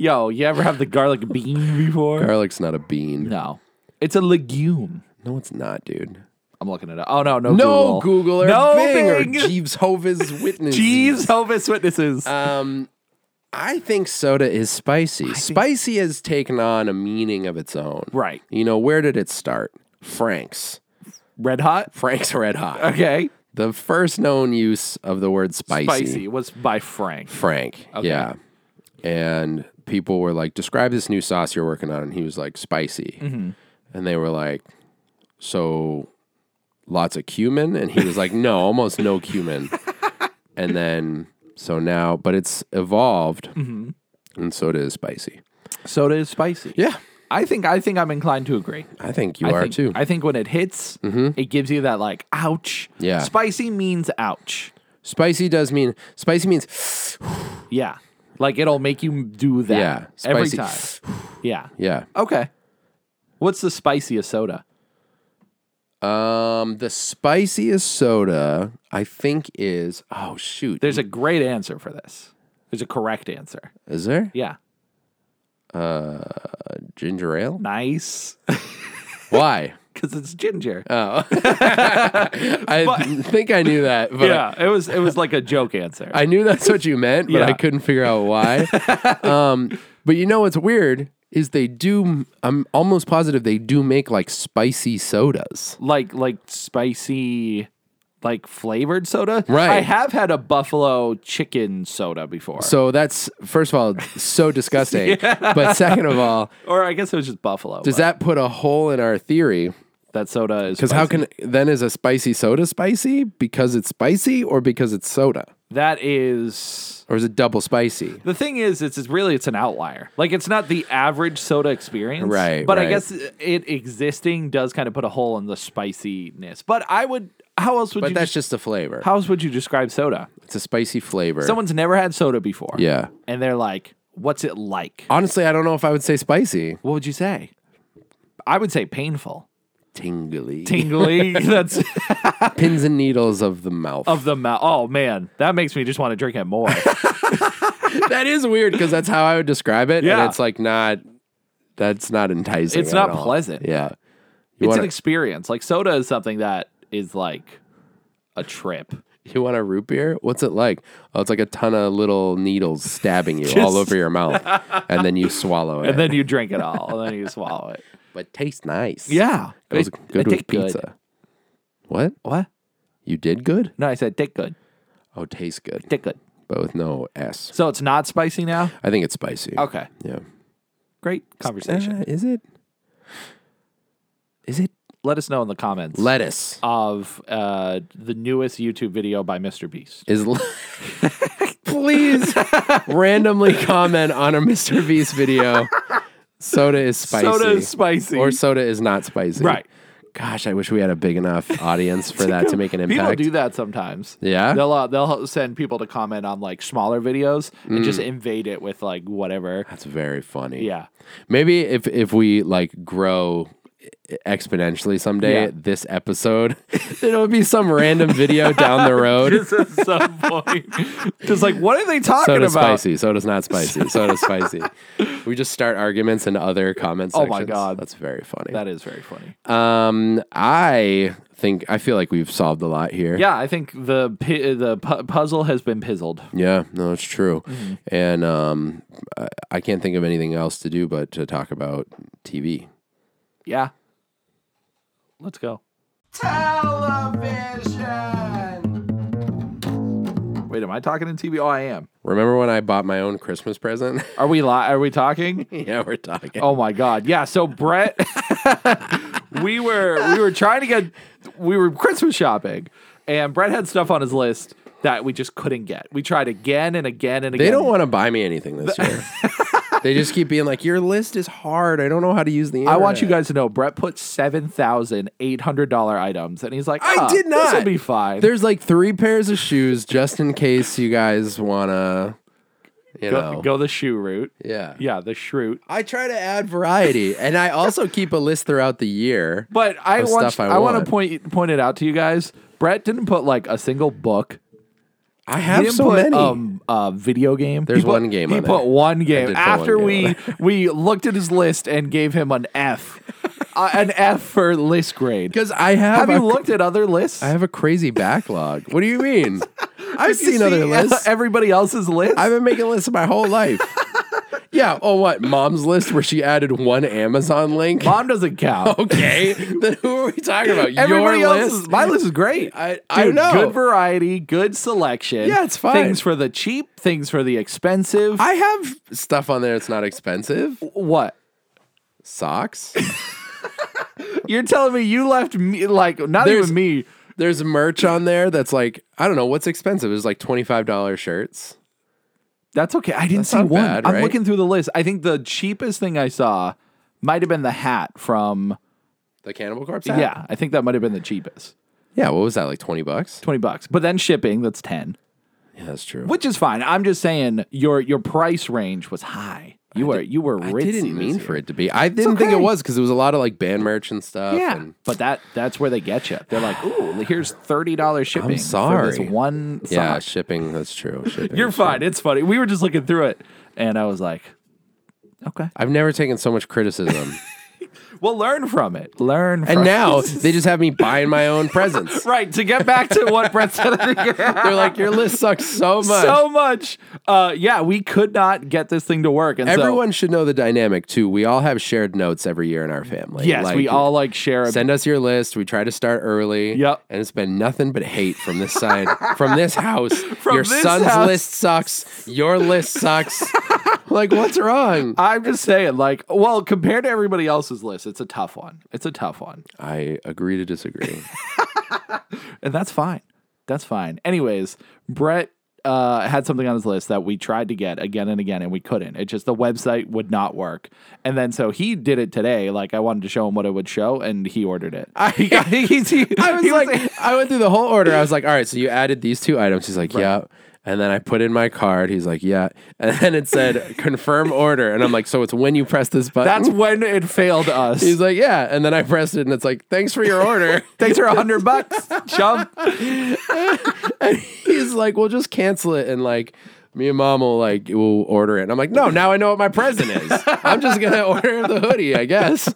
[SPEAKER 2] Yo, you ever have the garlic bean before?
[SPEAKER 1] Garlic's not a bean.
[SPEAKER 2] no. It's a legume.
[SPEAKER 1] No, it's not, dude.
[SPEAKER 2] I'm looking it up. Oh no, no,
[SPEAKER 1] No
[SPEAKER 2] Google.
[SPEAKER 1] Google or
[SPEAKER 2] no
[SPEAKER 1] Bing or
[SPEAKER 2] Bing.
[SPEAKER 1] Jeeves Hovis Witness.
[SPEAKER 2] Jehovah's Witnesses.
[SPEAKER 1] Um, I think soda is spicy. spicy has taken on a meaning of its own.
[SPEAKER 2] right.
[SPEAKER 1] You know, where did it start? Frank's.
[SPEAKER 2] Red hot?
[SPEAKER 1] Frank's Red Hot.
[SPEAKER 2] Okay.
[SPEAKER 1] The first known use of the word spicy.
[SPEAKER 2] Spicy was by Frank.
[SPEAKER 1] Frank. Yeah. And people were like, describe this new sauce you're working on. And he was like, spicy.
[SPEAKER 2] Mm-hmm.
[SPEAKER 1] And they were like, so lots of cumin? And he was like, no, almost no cumin. and then, so now, but it's evolved.
[SPEAKER 2] Mm-hmm.
[SPEAKER 1] And soda is spicy.
[SPEAKER 2] Soda is spicy.
[SPEAKER 1] Yeah.
[SPEAKER 2] I think I think I'm inclined to agree.
[SPEAKER 1] I think you
[SPEAKER 2] I
[SPEAKER 1] are
[SPEAKER 2] think,
[SPEAKER 1] too.
[SPEAKER 2] I think when it hits, it gives you that like ouch.
[SPEAKER 1] Yeah.
[SPEAKER 2] Spicy means ouch.
[SPEAKER 1] spicy does mean, spicy means,
[SPEAKER 2] Yeah. Like it'll make you do that
[SPEAKER 1] Yeah,
[SPEAKER 2] every
[SPEAKER 1] spicy.
[SPEAKER 2] time. Yeah.
[SPEAKER 1] yeah.
[SPEAKER 2] Okay. What's the spiciest soda?
[SPEAKER 1] Um, the spiciest soda, I think, is, oh, shoot.
[SPEAKER 2] There's a great answer for this. There's a correct answer.
[SPEAKER 1] is there?
[SPEAKER 2] Yeah.
[SPEAKER 1] Ginger ale?
[SPEAKER 2] Nice.
[SPEAKER 1] Why?
[SPEAKER 2] Cuz it's ginger.
[SPEAKER 1] I think I knew that, but
[SPEAKER 2] yeah, it was it was like a joke answer.
[SPEAKER 1] I knew that's what you meant, but I
[SPEAKER 2] Yeah.
[SPEAKER 1] couldn't figure out why. um, but you know what's weird is they do. I'm almost positive they do make like spicy sodas.
[SPEAKER 2] like like spicy like flavored soda.
[SPEAKER 1] Right.
[SPEAKER 2] I have had a buffalo chicken soda before.
[SPEAKER 1] So that's first of all so disgusting. But second of all,
[SPEAKER 2] or I guess it was just buffalo.
[SPEAKER 1] does
[SPEAKER 2] but
[SPEAKER 1] that put a hole in our theory?
[SPEAKER 2] that soda is
[SPEAKER 1] Because how
[SPEAKER 2] spicy.
[SPEAKER 1] can then is a spicy soda spicy because it's spicy or because it's soda
[SPEAKER 2] that is
[SPEAKER 1] or is it double spicy?
[SPEAKER 2] the thing is it's, it's really it's an outlier. Like it's not the average soda experience.
[SPEAKER 1] Right,
[SPEAKER 2] But
[SPEAKER 1] right.
[SPEAKER 2] I guess it existing does kind of put a hole in the spiciness. But I would how else would
[SPEAKER 1] But
[SPEAKER 2] you
[SPEAKER 1] that's
[SPEAKER 2] des-
[SPEAKER 1] just a flavor.
[SPEAKER 2] how else would you describe soda?
[SPEAKER 1] It's a spicy flavor.
[SPEAKER 2] Someone's never had soda before.
[SPEAKER 1] yeah. Uh,
[SPEAKER 2] And they're like, what's it like?
[SPEAKER 1] Honestly, I don't know if I would say spicy.
[SPEAKER 2] What would you say? I would say painful.
[SPEAKER 1] Tingly.
[SPEAKER 2] tingly that's
[SPEAKER 1] Pins and needles of the mouth.
[SPEAKER 2] of the mouth. Oh man, that makes me just want to drink it more.
[SPEAKER 1] that is weird because that's how I would describe it.
[SPEAKER 2] Yeah.
[SPEAKER 1] And it's like not, that's not enticing.
[SPEAKER 2] It's
[SPEAKER 1] at
[SPEAKER 2] not
[SPEAKER 1] all.
[SPEAKER 2] pleasant.
[SPEAKER 1] Yeah. You
[SPEAKER 2] it's
[SPEAKER 1] want,
[SPEAKER 2] an experience. Like soda is something that is like a trip.
[SPEAKER 1] you want a root beer? What's it like? Oh, it's like a ton of little needles stabbing you all over your mouth. And then you swallow it.
[SPEAKER 2] And then you drink it all, and then you swallow it.
[SPEAKER 1] but tastes nice.
[SPEAKER 2] Yeah,
[SPEAKER 1] Goes
[SPEAKER 2] It-
[SPEAKER 1] good with
[SPEAKER 2] it tastes good.
[SPEAKER 1] pizza. What?
[SPEAKER 2] What?
[SPEAKER 1] You did good?
[SPEAKER 2] No, I said dick good,
[SPEAKER 1] Oh, tastes good.
[SPEAKER 2] dick good.
[SPEAKER 1] But with no S.
[SPEAKER 2] So it's not spicy now.
[SPEAKER 1] I think it's spicy.
[SPEAKER 2] Okay,
[SPEAKER 1] Yeah.
[SPEAKER 2] great conversation.
[SPEAKER 1] Uh, is it? Is it
[SPEAKER 2] Let us know in the comments
[SPEAKER 1] lettuce?
[SPEAKER 2] of uh, the newest YouTube video by Mr. Beast.
[SPEAKER 1] Is le- please randomly comment on a Mr. Beast video. Soda is spicy.
[SPEAKER 2] Soda is spicy.
[SPEAKER 1] Or soda is not spicy.
[SPEAKER 2] Right.
[SPEAKER 1] Gosh, I wish we had a big enough audience for that to make an
[SPEAKER 2] People
[SPEAKER 1] impact.
[SPEAKER 2] do that sometimes.
[SPEAKER 1] Yeah?
[SPEAKER 2] they'll uh, they'll send people to comment on like smaller videos and just
[SPEAKER 1] Mm.
[SPEAKER 2] invade it with like whatever.
[SPEAKER 1] That's very funny.
[SPEAKER 2] Yeah,
[SPEAKER 1] Maybe if if we like grow exponentially someday,
[SPEAKER 2] Yeah.
[SPEAKER 1] this episode, it'll be some random video down the road.
[SPEAKER 2] just at some point, just like what are they talking
[SPEAKER 1] Soda
[SPEAKER 2] about?
[SPEAKER 1] spicy. Soda's not spicy. Soda's spicy. We just start arguments in other comments.
[SPEAKER 2] Oh my
[SPEAKER 1] sections.
[SPEAKER 2] God.
[SPEAKER 1] that's very funny.
[SPEAKER 2] That is very funny.
[SPEAKER 1] um, I think I feel like we've solved a lot here.
[SPEAKER 2] yeah, I think the pi- the pu- puzzle has been pizzled.
[SPEAKER 1] Yeah, no, it's true.
[SPEAKER 2] Mm-hmm.
[SPEAKER 1] And um, I, I can't think of anything else to do but to talk about TV.
[SPEAKER 2] Yeah, let's go. Television. Wait, am I talking in TV? Oh, I am.
[SPEAKER 1] Remember when I bought my own Christmas present?
[SPEAKER 2] Are we li- Are we talking?
[SPEAKER 1] yeah, we're talking.
[SPEAKER 2] Oh my god. Yeah, so Brett we were we were trying to get we were Christmas shopping and Brett had stuff on his list that we just couldn't get. We tried again and again and again.
[SPEAKER 1] They don't want to buy me anything this year. They just keep being like, your list is hard. I don't know how to use the
[SPEAKER 2] I want you
[SPEAKER 1] internet."
[SPEAKER 2] guys to know Brett put seven thousand eight hundred dollar items, and he's like,
[SPEAKER 1] I
[SPEAKER 2] "Ah,
[SPEAKER 1] did not.
[SPEAKER 2] This will be fine.
[SPEAKER 1] There's like three pairs of shoes just in case you guys wanna, you
[SPEAKER 2] go,
[SPEAKER 1] know,
[SPEAKER 2] go the shoe route.
[SPEAKER 1] yeah.
[SPEAKER 2] Yeah, the shroot.
[SPEAKER 1] I try to add variety, and I also keep a list throughout the year.
[SPEAKER 2] But I
[SPEAKER 1] Of
[SPEAKER 2] want
[SPEAKER 1] stuff I
[SPEAKER 2] I, want
[SPEAKER 1] want.
[SPEAKER 2] to point point it out to you guys. Brett didn't put like a single book.
[SPEAKER 1] I
[SPEAKER 2] He
[SPEAKER 1] have
[SPEAKER 2] didn't
[SPEAKER 1] so
[SPEAKER 2] put
[SPEAKER 1] many.
[SPEAKER 2] um a video game.
[SPEAKER 1] There's
[SPEAKER 2] He put-
[SPEAKER 1] one game
[SPEAKER 2] He
[SPEAKER 1] on
[SPEAKER 2] put
[SPEAKER 1] there.
[SPEAKER 2] one
[SPEAKER 1] I
[SPEAKER 2] game
[SPEAKER 1] did put
[SPEAKER 2] after
[SPEAKER 1] one game
[SPEAKER 2] we we looked at his list and gave him an F, uh, an F for list grade.
[SPEAKER 1] Because I have,
[SPEAKER 2] Have
[SPEAKER 1] a,
[SPEAKER 2] you looked at other lists?
[SPEAKER 1] I have a crazy backlog. What do you mean? I've
[SPEAKER 2] You
[SPEAKER 1] seen other
[SPEAKER 2] see, uh,
[SPEAKER 1] lists.
[SPEAKER 2] Everybody else's list.
[SPEAKER 1] I've been making lists my whole life. yeah. Oh, what? Mom's list where she added one Amazon link.
[SPEAKER 2] Mom doesn't count.
[SPEAKER 1] Okay. then who are we talking about?
[SPEAKER 2] Everybody
[SPEAKER 1] Your
[SPEAKER 2] else's.
[SPEAKER 1] list.
[SPEAKER 2] My list is great.
[SPEAKER 1] I- I
[SPEAKER 2] Dude,
[SPEAKER 1] know.
[SPEAKER 2] Good variety, good selection.
[SPEAKER 1] Yeah, it's fine.
[SPEAKER 2] Things for the cheap, things for the expensive.
[SPEAKER 1] I have stuff on there that's not expensive.
[SPEAKER 2] what?
[SPEAKER 1] Socks.
[SPEAKER 2] You're telling me you left me like not
[SPEAKER 1] There's-
[SPEAKER 2] even me.
[SPEAKER 1] There's merch on there that's like I don't know what's expensive. There's like twenty five dollar shirts.
[SPEAKER 2] That's okay. I didn't
[SPEAKER 1] That's
[SPEAKER 2] see
[SPEAKER 1] not
[SPEAKER 2] one.
[SPEAKER 1] bad,
[SPEAKER 2] I'm
[SPEAKER 1] right?
[SPEAKER 2] looking through the list. I think the cheapest thing I saw might have been the hat from.
[SPEAKER 1] The Cannibal Corpse.
[SPEAKER 2] Yeah,
[SPEAKER 1] app?
[SPEAKER 2] I think that might have been the cheapest.
[SPEAKER 1] Yeah. What was that? Like twenty bucks.
[SPEAKER 2] Twenty bucks, but then shipping that's ten,
[SPEAKER 1] Yeah, that's true.
[SPEAKER 2] which is fine. I'm just saying your your price range was high. You were you were
[SPEAKER 1] I
[SPEAKER 2] ritzy.
[SPEAKER 1] didn't
[SPEAKER 2] this
[SPEAKER 1] mean
[SPEAKER 2] year.
[SPEAKER 1] for it to be. I didn't think it
[SPEAKER 2] okay.
[SPEAKER 1] was because it was a lot of like band merch and stuff.
[SPEAKER 2] Yeah,
[SPEAKER 1] And
[SPEAKER 2] but that that's where they get you. They're like, "Ooh, here's thirty dollars shipping for
[SPEAKER 1] sorry.
[SPEAKER 2] this one."
[SPEAKER 1] yeah.
[SPEAKER 2] sock."
[SPEAKER 1] Shipping. That's true. Shipping.
[SPEAKER 2] you're
[SPEAKER 1] is-
[SPEAKER 2] fine. It's funny. We were just looking through it, and I was like, "Okay,
[SPEAKER 1] I've never taken so much criticism,
[SPEAKER 2] we'll learn from it. Learn." From
[SPEAKER 1] and now they just have me buying my own presents.
[SPEAKER 2] right to get back to what Brett said at the beginning.
[SPEAKER 1] They're like, your list sucks so much.
[SPEAKER 2] so much. Uh, yeah, we could not get this thing to work, and so-
[SPEAKER 1] Everyone should know the dynamic too. We all have shared notes every year in our family.
[SPEAKER 2] yes,
[SPEAKER 1] Like,
[SPEAKER 2] we all like share. A,
[SPEAKER 1] send us your list. We try to start early.
[SPEAKER 2] Yep.
[SPEAKER 1] And it's been nothing but hate from this side, from this house. your
[SPEAKER 2] this
[SPEAKER 1] son's
[SPEAKER 2] house.
[SPEAKER 1] list sucks. Your list sucks. like, what's wrong?
[SPEAKER 2] I'm just saying, like, well, compared to everybody else's list, it's a tough one. It's a tough one.
[SPEAKER 1] I agree to disagree.
[SPEAKER 2] and that's fine. That's fine. Anyways, Brett uh, had something on his list that we tried to get again and again, and we couldn't. It just the website would not work. And then so he did it today. Like I wanted to show him what it would show, and he ordered it. I,
[SPEAKER 1] I was like, I went through the whole order. I was like, all right, so you added these two items. He's like, yeah. And then I put in my card. He's like, yeah. And then it said confirm order. And I'm like, so it's when you press this button.
[SPEAKER 2] that's when it failed us.
[SPEAKER 1] He's like, yeah. And then I pressed it, and it's like, thanks for your order.
[SPEAKER 2] Thanks for a hundred bucks, chump.
[SPEAKER 1] He's like, well, just cancel it, and like, me and mom will like, will order it. And I'm like, no, now I know what my present is. I'm just gonna order the hoodie, I guess.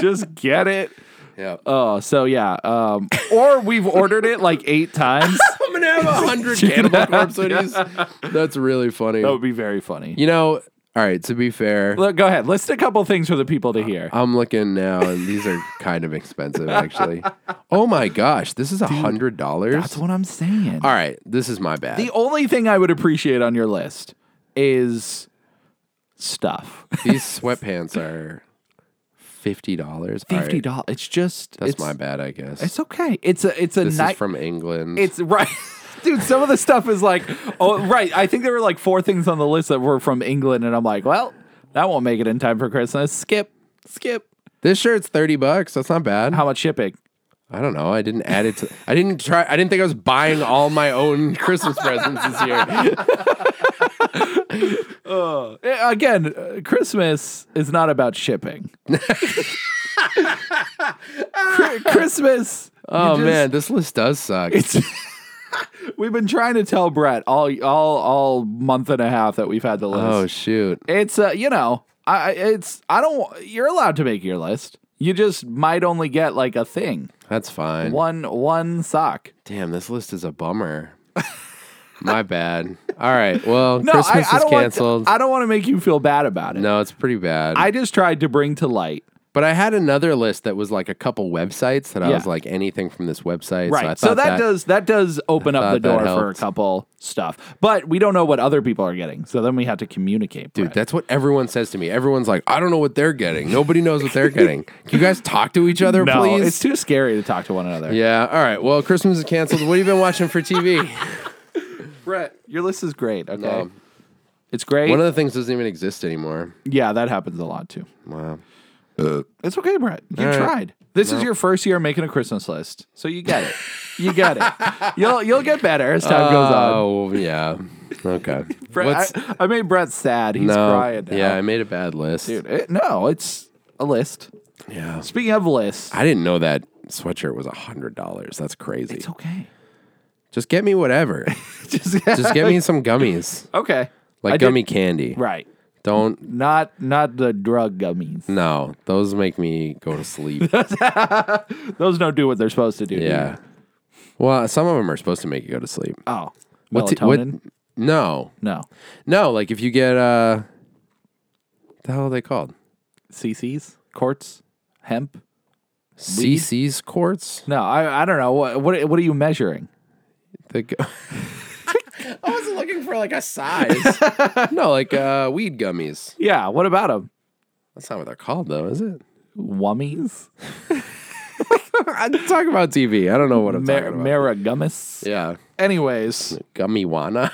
[SPEAKER 2] Just get it.
[SPEAKER 1] Yeah.
[SPEAKER 2] Oh, so yeah. Um, or we've ordered it like eight times.
[SPEAKER 1] I'm gonna have a hundred Cannibal Corpse hoodies. That's really funny.
[SPEAKER 2] That would be very funny.
[SPEAKER 1] You know, all right. To be fair,
[SPEAKER 2] Look, go ahead. List a couple things for the people to hear.
[SPEAKER 1] I'm looking now, and these are kind of expensive, actually. Oh my gosh, this is a hundred dollars.
[SPEAKER 2] That's what I'm saying.
[SPEAKER 1] All right, this is my bad.
[SPEAKER 2] The only thing I would appreciate on your list is stuff.
[SPEAKER 1] These sweatpants are fifty dollars.
[SPEAKER 2] Fifty dollars. It's just
[SPEAKER 1] That's
[SPEAKER 2] it's,
[SPEAKER 1] my bad, I guess.
[SPEAKER 2] It's okay. It's a it's a
[SPEAKER 1] this
[SPEAKER 2] night.
[SPEAKER 1] is from England.
[SPEAKER 2] it's right. Dude, some of the stuff is like, oh, right. I think there were like four things on the list that were from England, and I'm like, well, that won't make it in time for Christmas. Skip, skip.
[SPEAKER 1] this shirt's thirty bucks. That's not bad.
[SPEAKER 2] How much shipping?
[SPEAKER 1] I don't know. I didn't add it to. I didn't try. I didn't think I was buying all my own Christmas presents this year.
[SPEAKER 2] Eh, Again, uh, Christmas is not about shipping. Cri- Christmas. you
[SPEAKER 1] Oh
[SPEAKER 2] just-
[SPEAKER 1] man, this list does suck.
[SPEAKER 2] It's we've been trying to tell Brett all all all month and a half that we've had the list.
[SPEAKER 1] oh shoot.
[SPEAKER 2] it's uh, you know, I I- it's I don't. You're allowed to make your list. You just might only get like a thing,
[SPEAKER 1] That's fine.
[SPEAKER 2] one one sock.
[SPEAKER 1] Damn, this list is a bummer. my bad. All right. Well,
[SPEAKER 2] No,
[SPEAKER 1] Christmas
[SPEAKER 2] I, I
[SPEAKER 1] is
[SPEAKER 2] don't
[SPEAKER 1] canceled.
[SPEAKER 2] want. I don't want to make you feel bad about it.
[SPEAKER 1] no, it's pretty bad.
[SPEAKER 2] I just tried to bring to light.
[SPEAKER 1] but I had another list that was like a couple websites that I
[SPEAKER 2] Yeah.
[SPEAKER 1] was like anything from this website. So, I
[SPEAKER 2] Right. So,
[SPEAKER 1] thought
[SPEAKER 2] that, does that does open up the
[SPEAKER 1] thought
[SPEAKER 2] door
[SPEAKER 1] that
[SPEAKER 2] for a
[SPEAKER 1] helped.
[SPEAKER 2] couple stuff. But we don't know what other people are getting. So then we have to communicate.
[SPEAKER 1] Dude,
[SPEAKER 2] Brett.
[SPEAKER 1] that's what everyone says to me. Everyone's like, I don't know what they're getting. Nobody knows what they're getting. Can you guys talk to each other,
[SPEAKER 2] no,
[SPEAKER 1] please?
[SPEAKER 2] it's too scary to talk to one another.
[SPEAKER 1] yeah. All right. Well, Christmas is canceled. What have you been watching for TV?
[SPEAKER 2] Brett, your list is great. Okay.
[SPEAKER 1] Um,
[SPEAKER 2] It's great.
[SPEAKER 1] One of the things doesn't even exist anymore.
[SPEAKER 2] yeah, that happens a lot too. Uh,
[SPEAKER 1] Wow.
[SPEAKER 2] It's okay, Brett. You
[SPEAKER 1] right.
[SPEAKER 2] tried. This is your first year making a Christmas list, so you get it. you get it. You'll you'll get better as time goes on.
[SPEAKER 1] Oh yeah. Okay.
[SPEAKER 2] Brett, I, I made Brett sad. He's
[SPEAKER 1] no.
[SPEAKER 2] crying. Now.
[SPEAKER 1] Yeah, I made a bad list.
[SPEAKER 2] Dude, it- no, it's a list.
[SPEAKER 1] Yeah.
[SPEAKER 2] Speaking of lists,
[SPEAKER 1] I didn't know that sweatshirt was a hundred dollars. That's crazy.
[SPEAKER 2] it's okay.
[SPEAKER 1] Just get me whatever.
[SPEAKER 2] Just,
[SPEAKER 1] Just get me some gummies,
[SPEAKER 2] okay.
[SPEAKER 1] like
[SPEAKER 2] I did-
[SPEAKER 1] gummy candy.
[SPEAKER 2] Right.
[SPEAKER 1] Don't.
[SPEAKER 2] Not not the drug gummies.
[SPEAKER 1] No, those make me go to sleep.
[SPEAKER 2] Those don't do what they're supposed to do. do
[SPEAKER 1] Mm. yeah.
[SPEAKER 2] you?
[SPEAKER 1] Well, some of them are supposed to make you go to sleep.
[SPEAKER 2] Oh.
[SPEAKER 1] What's-
[SPEAKER 2] melatonin?
[SPEAKER 1] No,
[SPEAKER 2] no.
[SPEAKER 1] no. Like if you get uh, the hell are they called?
[SPEAKER 2] CCs? Quartz? Hemp?
[SPEAKER 1] CC's quartz.
[SPEAKER 2] No, I I don't know. What what, what are you measuring?
[SPEAKER 1] The gu- I was looking for like a size. no, like uh, weed gummies.
[SPEAKER 2] Yeah, what about them?
[SPEAKER 1] That's not what they're called though, is it?
[SPEAKER 2] Wummies?
[SPEAKER 1] I'm talking about TV. I don't know what I'm
[SPEAKER 2] Mar-
[SPEAKER 1] talking about.
[SPEAKER 2] Maragummis?
[SPEAKER 1] yeah,
[SPEAKER 2] Anyways,
[SPEAKER 1] gummy wana.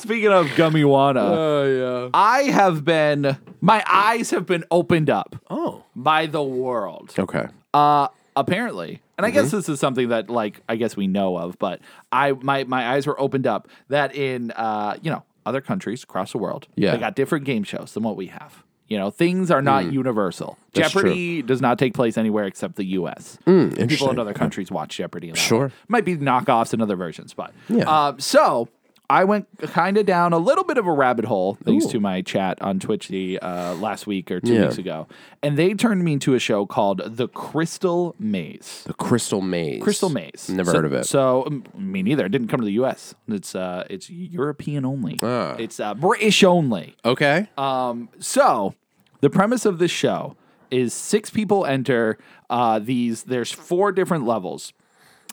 [SPEAKER 2] speaking of gummiwana,
[SPEAKER 1] Oh yeah.
[SPEAKER 2] I have been, my eyes have been opened up
[SPEAKER 1] Oh.
[SPEAKER 2] by the world.
[SPEAKER 1] Okay.
[SPEAKER 2] Uh, apparently, and I
[SPEAKER 1] Mm-hmm.
[SPEAKER 2] guess this is something that like I guess we know of, but I my my eyes were opened up that in uh you know other countries across the world,
[SPEAKER 1] Yeah. Mm.
[SPEAKER 2] they got different game shows than what we have. You know, things are not universal.
[SPEAKER 1] That's true. Mm.
[SPEAKER 2] Jeopardy does not take place anywhere except the U.S. People in other countries watch Jeopardy. and all that.
[SPEAKER 1] Sure.
[SPEAKER 2] might be knockoffs and other versions, but
[SPEAKER 1] Yeah.
[SPEAKER 2] Uh, so. I went kind of down a little bit of a rabbit hole thanks to my chat on Twitch the uh, last week or two
[SPEAKER 1] Yeah.
[SPEAKER 2] weeks ago, and they turned me into a show called The Crystal Maze.
[SPEAKER 1] The crystal maze.
[SPEAKER 2] Crystal Maze.
[SPEAKER 1] Never
[SPEAKER 2] So-
[SPEAKER 1] heard of it.
[SPEAKER 2] So um, me neither. It didn't come to the U.S. It's uh, it's European only.
[SPEAKER 1] Ah.
[SPEAKER 2] It's uh, British only.
[SPEAKER 1] okay.
[SPEAKER 2] uh, So, the premise of this show is six people enter uh, these. There's four different levels.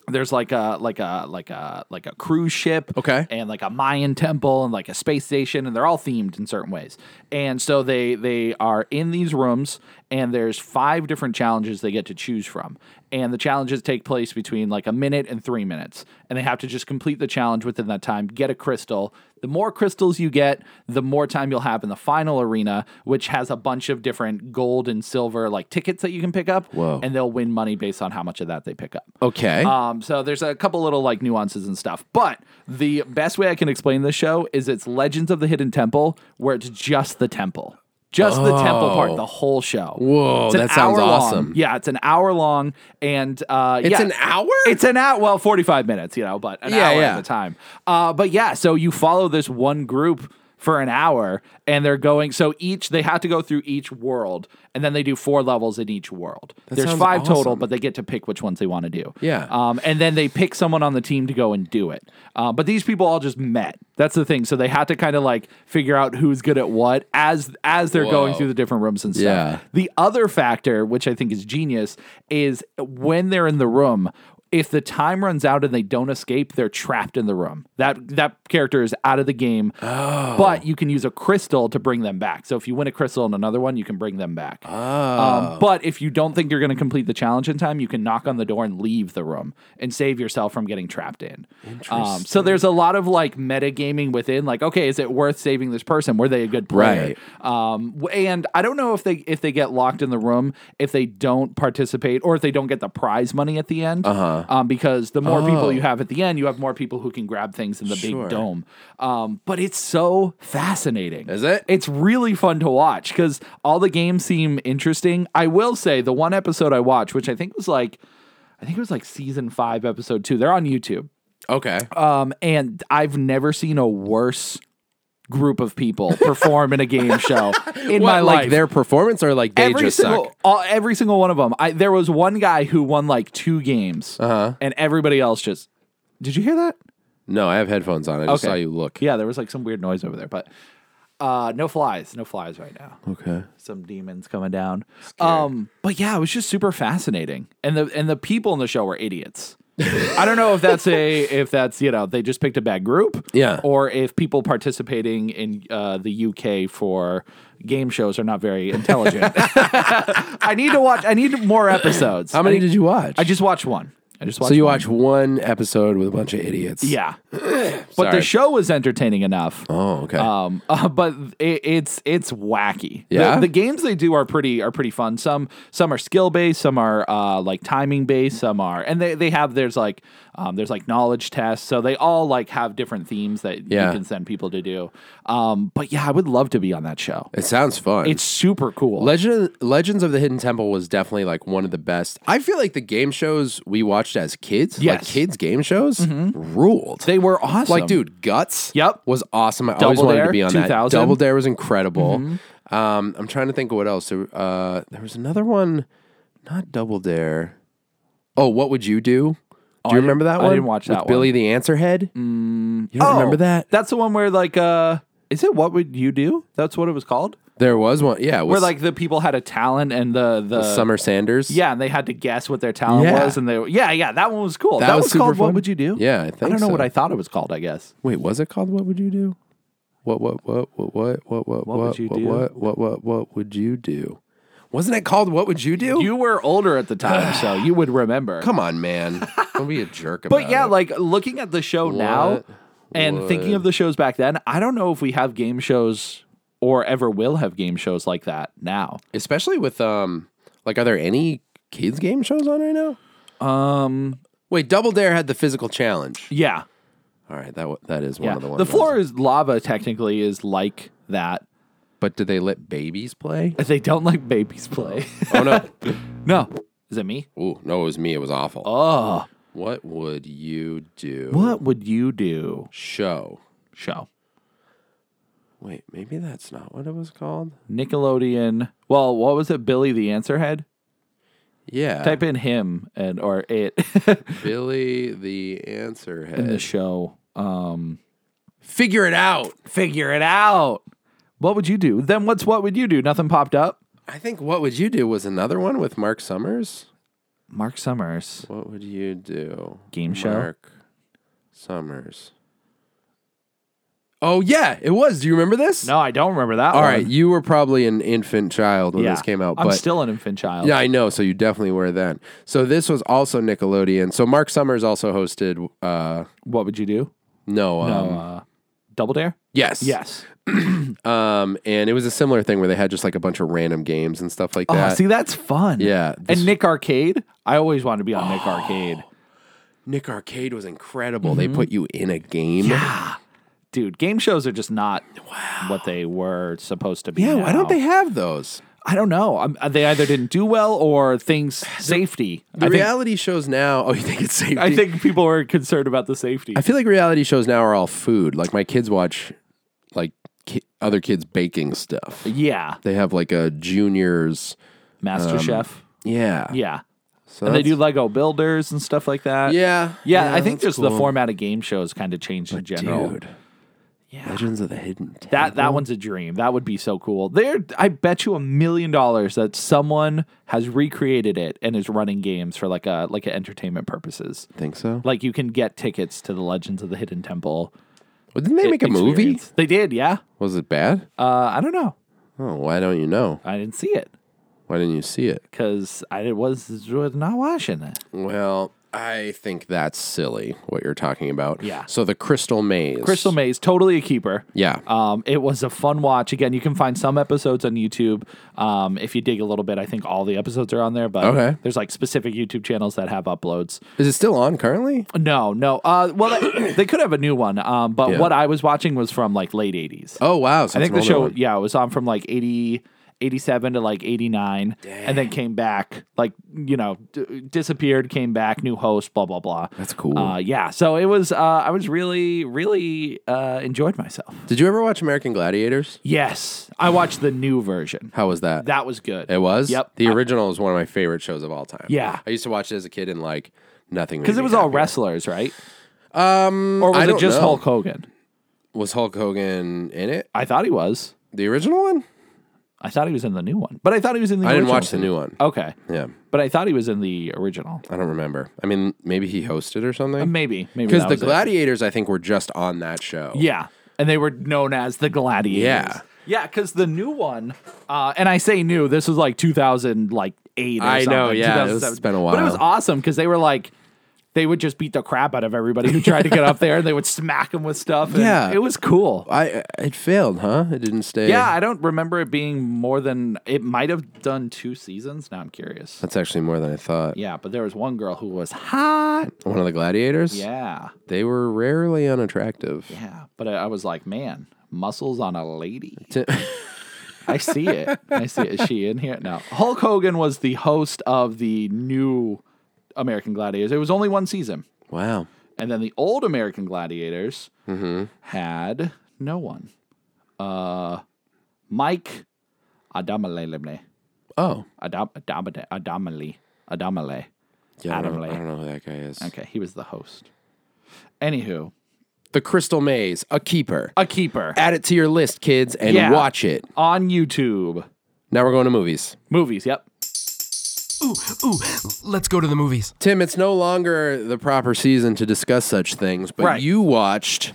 [SPEAKER 2] There's like a like a like a like a cruise ship,
[SPEAKER 1] Okay.
[SPEAKER 2] and like a Mayan temple and like a space station, and they're all themed in certain ways. And so they they are in these rooms, and there's five different challenges they get to choose from, and the challenges take place between like a minute and three minutes, and they have to just complete the challenge within that time, get a crystal. The more crystals you get, the more time you'll have in the final arena, which has a bunch of different gold and silver like tickets that you can pick up,
[SPEAKER 1] Whoa.
[SPEAKER 2] and they'll win money based on how much of that they pick up.
[SPEAKER 1] okay.
[SPEAKER 2] Um, so there's a couple little like nuances and stuff, but the best way I can explain this show is it's Legends of the Hidden Temple, where it's just the temple, just the temple part, the whole show.
[SPEAKER 1] Oh. Whoa,
[SPEAKER 2] It's an
[SPEAKER 1] that sounds
[SPEAKER 2] hour long.
[SPEAKER 1] awesome.
[SPEAKER 2] Yeah, it's an hour long, and uh,
[SPEAKER 1] it's
[SPEAKER 2] yeah.
[SPEAKER 1] an hour?
[SPEAKER 2] It's an hour, well, 45 minutes, you know, but an
[SPEAKER 1] Yeah,
[SPEAKER 2] hour
[SPEAKER 1] yeah.
[SPEAKER 2] at a time. Uh, but yeah, so you follow this one group for an hour and they're going, so each, they have to go through each world and then they do four levels in each world. There's
[SPEAKER 1] sounds
[SPEAKER 2] five total,
[SPEAKER 1] awesome.
[SPEAKER 2] but they get to pick which ones they want to do.
[SPEAKER 1] Yeah.
[SPEAKER 2] Um, and then they pick someone on the team to go and do it. Uh, but these people all just met. That's the thing. So they had to kind of like figure out who's good at what as as they're going
[SPEAKER 1] Whoa.
[SPEAKER 2] through the different rooms and stuff.
[SPEAKER 1] Yeah.
[SPEAKER 2] The other factor, which I think is genius, is when they're in the room. If the time runs out and they don't escape, they're trapped in the room. That that character is out of the game. But you can use a crystal to bring them back. So if you win a crystal in another one, you can bring them back. Um, but if you don't think you're going to complete the challenge in time, you can knock on the door and leave the room and save yourself from getting trapped in. Um, so there's a lot of like metagaming within, like, okay, is it worth saving this person? Were they a good player? Um, w- and I don't know if they if they get locked in the room if they don't participate or if they don't get the prize money at the end. Uh-huh. Um, because the more people you have at the end, you have more people who can grab things in the
[SPEAKER 1] Oh. Sure.
[SPEAKER 2] big dome. Um, but it's so fascinating.
[SPEAKER 1] Is it?
[SPEAKER 2] It's really fun to watch because all the games seem interesting. I will say the one episode I watched, which I think was like, I think it was like season five, episode two. They're on YouTube.
[SPEAKER 1] okay.
[SPEAKER 2] Um, and I've never seen a worse group of people perform in a game show
[SPEAKER 1] What,
[SPEAKER 2] in my
[SPEAKER 1] like
[SPEAKER 2] life.
[SPEAKER 1] their performance or like they
[SPEAKER 2] every
[SPEAKER 1] just
[SPEAKER 2] single,
[SPEAKER 1] suck?
[SPEAKER 2] all- every single one of them. I, there was one guy who won like two games, uh-huh. and everybody else just. Did you hear that?
[SPEAKER 1] No, I have headphones on. I just
[SPEAKER 2] Okay.
[SPEAKER 1] saw you look.
[SPEAKER 2] Yeah, there was like some weird noise over there, but uh, no flies, no flies right now
[SPEAKER 1] Okay.
[SPEAKER 2] some demons coming down. Um, but yeah, it was just super fascinating, and the and the people in the show were idiots. I don't know if that's a if that's you know they just picked a bad group,
[SPEAKER 1] Yeah.
[SPEAKER 2] or if people participating in uh, the UK for game shows are not very intelligent. I need to watch. I need more episodes.
[SPEAKER 1] How many
[SPEAKER 2] I need-
[SPEAKER 1] did you watch?
[SPEAKER 2] I just watched one. I just watched
[SPEAKER 1] So you
[SPEAKER 2] one.
[SPEAKER 1] watch one episode with a bunch of idiots.
[SPEAKER 2] Yeah, but the show was entertaining enough.
[SPEAKER 1] Oh, okay.
[SPEAKER 2] Um, uh, but it, it's it's wacky. The-
[SPEAKER 1] Yeah?
[SPEAKER 2] the, games they do are pretty are pretty fun. Some some are skill based, some are uh, like timing based, some are, and they they have there's like um, there's like knowledge tests. So they all like have different themes that
[SPEAKER 1] Yeah.
[SPEAKER 2] you can send people to do. Um, but yeah, I would love to be on that show.
[SPEAKER 1] it sounds fun.
[SPEAKER 2] It's super cool.
[SPEAKER 1] Legend Legends of the Hidden Temple was definitely like one of the best. I feel like the game shows we watched as kids, like
[SPEAKER 2] Yes. Mm-hmm.
[SPEAKER 1] kids game shows, ruled.
[SPEAKER 2] they were awesome.
[SPEAKER 1] like, dude, Guts
[SPEAKER 2] Yep.
[SPEAKER 1] was awesome. I always
[SPEAKER 2] Double
[SPEAKER 1] wanted to
[SPEAKER 2] Dare, Mm-hmm.
[SPEAKER 1] be on that.
[SPEAKER 2] 2000.
[SPEAKER 1] Double Dare was incredible. Um, I'm trying to think of what else. There, uh, there was another one, not Double Dare. Oh, what would you do? Do you
[SPEAKER 2] Oh, I
[SPEAKER 1] remember that
[SPEAKER 2] didn't- I
[SPEAKER 1] one?
[SPEAKER 2] didn't watch
[SPEAKER 1] With
[SPEAKER 2] that one.
[SPEAKER 1] Billy the Answer Head. Mm, you don't
[SPEAKER 2] Oh,
[SPEAKER 1] remember that?
[SPEAKER 2] That's the one where like uh, is it what would you do? That's what it was called.
[SPEAKER 1] There was one. Yeah,
[SPEAKER 2] Where
[SPEAKER 1] with
[SPEAKER 2] like the people had a talent and the the
[SPEAKER 1] Summer Sanders.
[SPEAKER 2] Yeah, and they had to guess what their talent
[SPEAKER 1] Yeah.
[SPEAKER 2] was, and they were, yeah, yeah, that one was cool.
[SPEAKER 1] That
[SPEAKER 2] That,
[SPEAKER 1] was
[SPEAKER 2] was,
[SPEAKER 1] super
[SPEAKER 2] called
[SPEAKER 1] fun.
[SPEAKER 2] What Would You Do?
[SPEAKER 1] Yeah, I
[SPEAKER 2] I
[SPEAKER 1] think
[SPEAKER 2] don't know
[SPEAKER 1] so.
[SPEAKER 2] what I thought it was called. I guess
[SPEAKER 1] Wait, was it called What Would You Do? What what what what what what what what
[SPEAKER 2] What Would You
[SPEAKER 1] what,
[SPEAKER 2] Do?
[SPEAKER 1] what what what what would you do? Wasn't it called What Would You Do?
[SPEAKER 2] you were older at the time, so you would remember.
[SPEAKER 1] Come on, man. Don't be a jerk about
[SPEAKER 2] but yeah,
[SPEAKER 1] it.
[SPEAKER 2] like looking at the show now
[SPEAKER 1] What
[SPEAKER 2] and thinking of the shows back then, I don't know if we have game shows or ever will have game shows like that now.
[SPEAKER 1] especially with um like are there any kids game shows on right now?
[SPEAKER 2] Um,
[SPEAKER 1] Wait, Double Dare had the physical challenge.
[SPEAKER 2] yeah,
[SPEAKER 1] All right, that wa- that is one
[SPEAKER 2] yeah.
[SPEAKER 1] of the
[SPEAKER 2] The,
[SPEAKER 1] ones.
[SPEAKER 2] floor is lava. Technically, is like that.
[SPEAKER 1] But do they let babies play?
[SPEAKER 2] They don't like babies play.
[SPEAKER 1] Oh no.
[SPEAKER 2] no, is it me?
[SPEAKER 1] Ooh, no, it was me. It was awful.
[SPEAKER 2] Oh,
[SPEAKER 1] What would you do?
[SPEAKER 2] what would you do?
[SPEAKER 1] show?
[SPEAKER 2] Show.
[SPEAKER 1] Wait, maybe that's not what it was called.
[SPEAKER 2] Nickelodeon. Well, what was it? Billy the Answer Head.
[SPEAKER 1] Yeah.
[SPEAKER 2] Type in him and or it
[SPEAKER 1] Billy the answer
[SPEAKER 2] in the
[SPEAKER 1] head.
[SPEAKER 2] show. Um,
[SPEAKER 1] Figure it out.
[SPEAKER 2] figure it out. What would you do? Then what's what would you do? Nothing popped up.
[SPEAKER 1] I think what would you do was another one with Mark Summers.
[SPEAKER 2] Mark Summers.
[SPEAKER 1] What would you do?
[SPEAKER 2] Game show?
[SPEAKER 1] Mark Summers. Oh yeah, it was. Do you remember this?
[SPEAKER 2] No, I don't remember that.
[SPEAKER 1] All
[SPEAKER 2] one.
[SPEAKER 1] right, you were probably an infant child when
[SPEAKER 2] yeah.
[SPEAKER 1] this came out,
[SPEAKER 2] I'm
[SPEAKER 1] but
[SPEAKER 2] still an infant child.
[SPEAKER 1] yeah, I know. So you definitely were then. So this was also Nickelodeon. So Mark Summers also hosted. Uh,
[SPEAKER 2] What would you do?
[SPEAKER 1] no, um,
[SPEAKER 2] No. uh, Double Dare.
[SPEAKER 1] yes,
[SPEAKER 2] Yes.
[SPEAKER 1] Um, and it was a similar thing where they had just like a bunch of random games and stuff like
[SPEAKER 2] Oh,
[SPEAKER 1] that.
[SPEAKER 2] see, that's fun.
[SPEAKER 1] Yeah, this-
[SPEAKER 2] and Nick Arcade. I always wanted to be on Nick Arcade.
[SPEAKER 1] Nick Arcade was incredible.
[SPEAKER 2] Mm-hmm.
[SPEAKER 1] They put you in a game.
[SPEAKER 2] Dude, game shows are just not what they were supposed to be.
[SPEAKER 1] Yeah, why don't
[SPEAKER 2] now.
[SPEAKER 1] they have those?
[SPEAKER 2] I don't know. Um, they either didn't do well or things safety.
[SPEAKER 1] The
[SPEAKER 2] I, think,
[SPEAKER 1] reality shows now. Oh, you think it's safety?
[SPEAKER 2] I think people were concerned about the safety.
[SPEAKER 1] I feel like reality shows now are all food. Like my kids watch, like ki- other kids baking stuff.
[SPEAKER 2] yeah,
[SPEAKER 1] They have like a juniors.
[SPEAKER 2] Master Chef.
[SPEAKER 1] Yeah.
[SPEAKER 2] Yeah,
[SPEAKER 1] So
[SPEAKER 2] and they do
[SPEAKER 1] Um, that's-
[SPEAKER 2] Lego builders and stuff like that.
[SPEAKER 1] Yeah.
[SPEAKER 2] yeah. I think
[SPEAKER 1] that's
[SPEAKER 2] just the
[SPEAKER 1] cool.
[SPEAKER 2] format of game shows kind of changed in general.
[SPEAKER 1] Dude. Legends of the Hidden. Temple.
[SPEAKER 2] That that one's a dream. That would be so cool. There, I bet you a million dollars that someone has recreated it and is running games for like a like a entertainment purposes.
[SPEAKER 1] think so.
[SPEAKER 2] Like you can get tickets to the Legends of the Hidden Temple.
[SPEAKER 1] Well, didn't they make a movie?
[SPEAKER 2] experience. They did, yeah.
[SPEAKER 1] Was it bad?
[SPEAKER 2] Uh, I don't know.
[SPEAKER 1] Oh, why don't you know?
[SPEAKER 2] I didn't see it
[SPEAKER 1] Why didn't you see it?
[SPEAKER 2] because I was, was not watching it.
[SPEAKER 1] Well, I think that's silly what you're talking about.
[SPEAKER 2] Yeah.
[SPEAKER 1] So the Crystal Maze.
[SPEAKER 2] Crystal Maze, totally a keeper.
[SPEAKER 1] Yeah.
[SPEAKER 2] Um, it was a fun watch. Again, you can find some episodes on YouTube. Um, if you dig a little bit, I think all the episodes are on there. But
[SPEAKER 1] Okay.
[SPEAKER 2] there's like specific YouTube channels that have uploads.
[SPEAKER 1] Is it still on currently?
[SPEAKER 2] No, no. Uh, well, they, they could have a new one. Um, but
[SPEAKER 1] Yeah.
[SPEAKER 2] what I was watching was from like late 80s.
[SPEAKER 1] Oh wow! So
[SPEAKER 2] I
[SPEAKER 1] it's
[SPEAKER 2] think
[SPEAKER 1] an
[SPEAKER 2] the
[SPEAKER 1] older
[SPEAKER 2] show,
[SPEAKER 1] one.
[SPEAKER 2] yeah, it was on from like 80, 87 to like 89, and then came back, like, you know, d- disappeared, came back, new host, blah, blah, blah.
[SPEAKER 1] That's cool.
[SPEAKER 2] Uh, yeah. So it was, uh, I was really, really uh, enjoyed myself.
[SPEAKER 1] Did you ever watch American Gladiators?
[SPEAKER 2] Yes. I watched the new version.
[SPEAKER 1] How was that?
[SPEAKER 2] That was good.
[SPEAKER 1] it was.
[SPEAKER 2] Yep.
[SPEAKER 1] The original is one of my favorite shows of all time.
[SPEAKER 2] Yeah.
[SPEAKER 1] I used to watch it as a kid and like nothing.
[SPEAKER 2] Because
[SPEAKER 1] made me
[SPEAKER 2] it was all
[SPEAKER 1] happier.
[SPEAKER 2] wrestlers, right?
[SPEAKER 1] Um,
[SPEAKER 2] Or
[SPEAKER 1] I
[SPEAKER 2] was it
[SPEAKER 1] don't
[SPEAKER 2] just
[SPEAKER 1] know.
[SPEAKER 2] Hulk Hogan?
[SPEAKER 1] Was Hulk Hogan in it?
[SPEAKER 2] I thought he was.
[SPEAKER 1] The original one?
[SPEAKER 2] I thought he was in the new one, but I thought he was in the.
[SPEAKER 1] I didn't
[SPEAKER 2] original Oh.
[SPEAKER 1] watch the new one.
[SPEAKER 2] Okay,
[SPEAKER 1] Yeah,
[SPEAKER 2] but I thought he was in the original.
[SPEAKER 1] I don't remember. I mean, maybe he hosted or something.
[SPEAKER 2] Maybe, maybe
[SPEAKER 1] Because
[SPEAKER 2] that
[SPEAKER 1] the
[SPEAKER 2] was it.
[SPEAKER 1] Gladiators, I think, were just on that show.
[SPEAKER 2] Yeah. And they were known as the Gladiators.
[SPEAKER 1] Yeah.
[SPEAKER 2] Yeah, because the new one, uh, and I say new, this was like 2000, like eight. Or
[SPEAKER 1] I know,
[SPEAKER 2] something,
[SPEAKER 1] yeah, it was-
[SPEAKER 2] 2007.
[SPEAKER 1] it's been a
[SPEAKER 2] But it was
[SPEAKER 1] while.
[SPEAKER 2] awesome because they were like, they would just beat the crap out of everybody who tried to get up there and they would smack them with stuff. and
[SPEAKER 1] Yeah.
[SPEAKER 2] It was cool.
[SPEAKER 1] I it failed, huh? It didn't stay.
[SPEAKER 2] Yeah, I don't remember it being more than it might have done two seasons. Now I'm curious.
[SPEAKER 1] that's actually more than I thought.
[SPEAKER 2] Yeah, but there was one girl who was hot.
[SPEAKER 1] One of the gladiators.
[SPEAKER 2] Yeah,
[SPEAKER 1] they were rarely unattractive.
[SPEAKER 2] yeah. But I, I was like, man, muscles on a lady.
[SPEAKER 1] Tim-
[SPEAKER 2] I see it. I see it. Is she in here? No. Hulk Hogan was the host of the new American Gladiators. It was only one season.
[SPEAKER 1] wow.
[SPEAKER 2] And then the old American Gladiators had no one. Uh, Mike Adamalele.
[SPEAKER 1] Oh.
[SPEAKER 2] Adam, Adamale. Adamale. Adamale.
[SPEAKER 1] Yeah, I don't,
[SPEAKER 2] Adam
[SPEAKER 1] know,
[SPEAKER 2] Lay.
[SPEAKER 1] I don't know who that guy is.
[SPEAKER 2] Okay, he was the host. Anywho,
[SPEAKER 1] The Crystal Maze, a keeper.
[SPEAKER 2] a keeper
[SPEAKER 1] Add it to your list, kids, and
[SPEAKER 2] Yeah.
[SPEAKER 1] watch it.
[SPEAKER 2] on YouTube.
[SPEAKER 1] Now we're going to movies.
[SPEAKER 2] Movies, yep.
[SPEAKER 4] Ooh, ooh, let's go to the movies.
[SPEAKER 1] Tim, it's no longer the proper season to discuss such things, but
[SPEAKER 2] Right.
[SPEAKER 1] you watched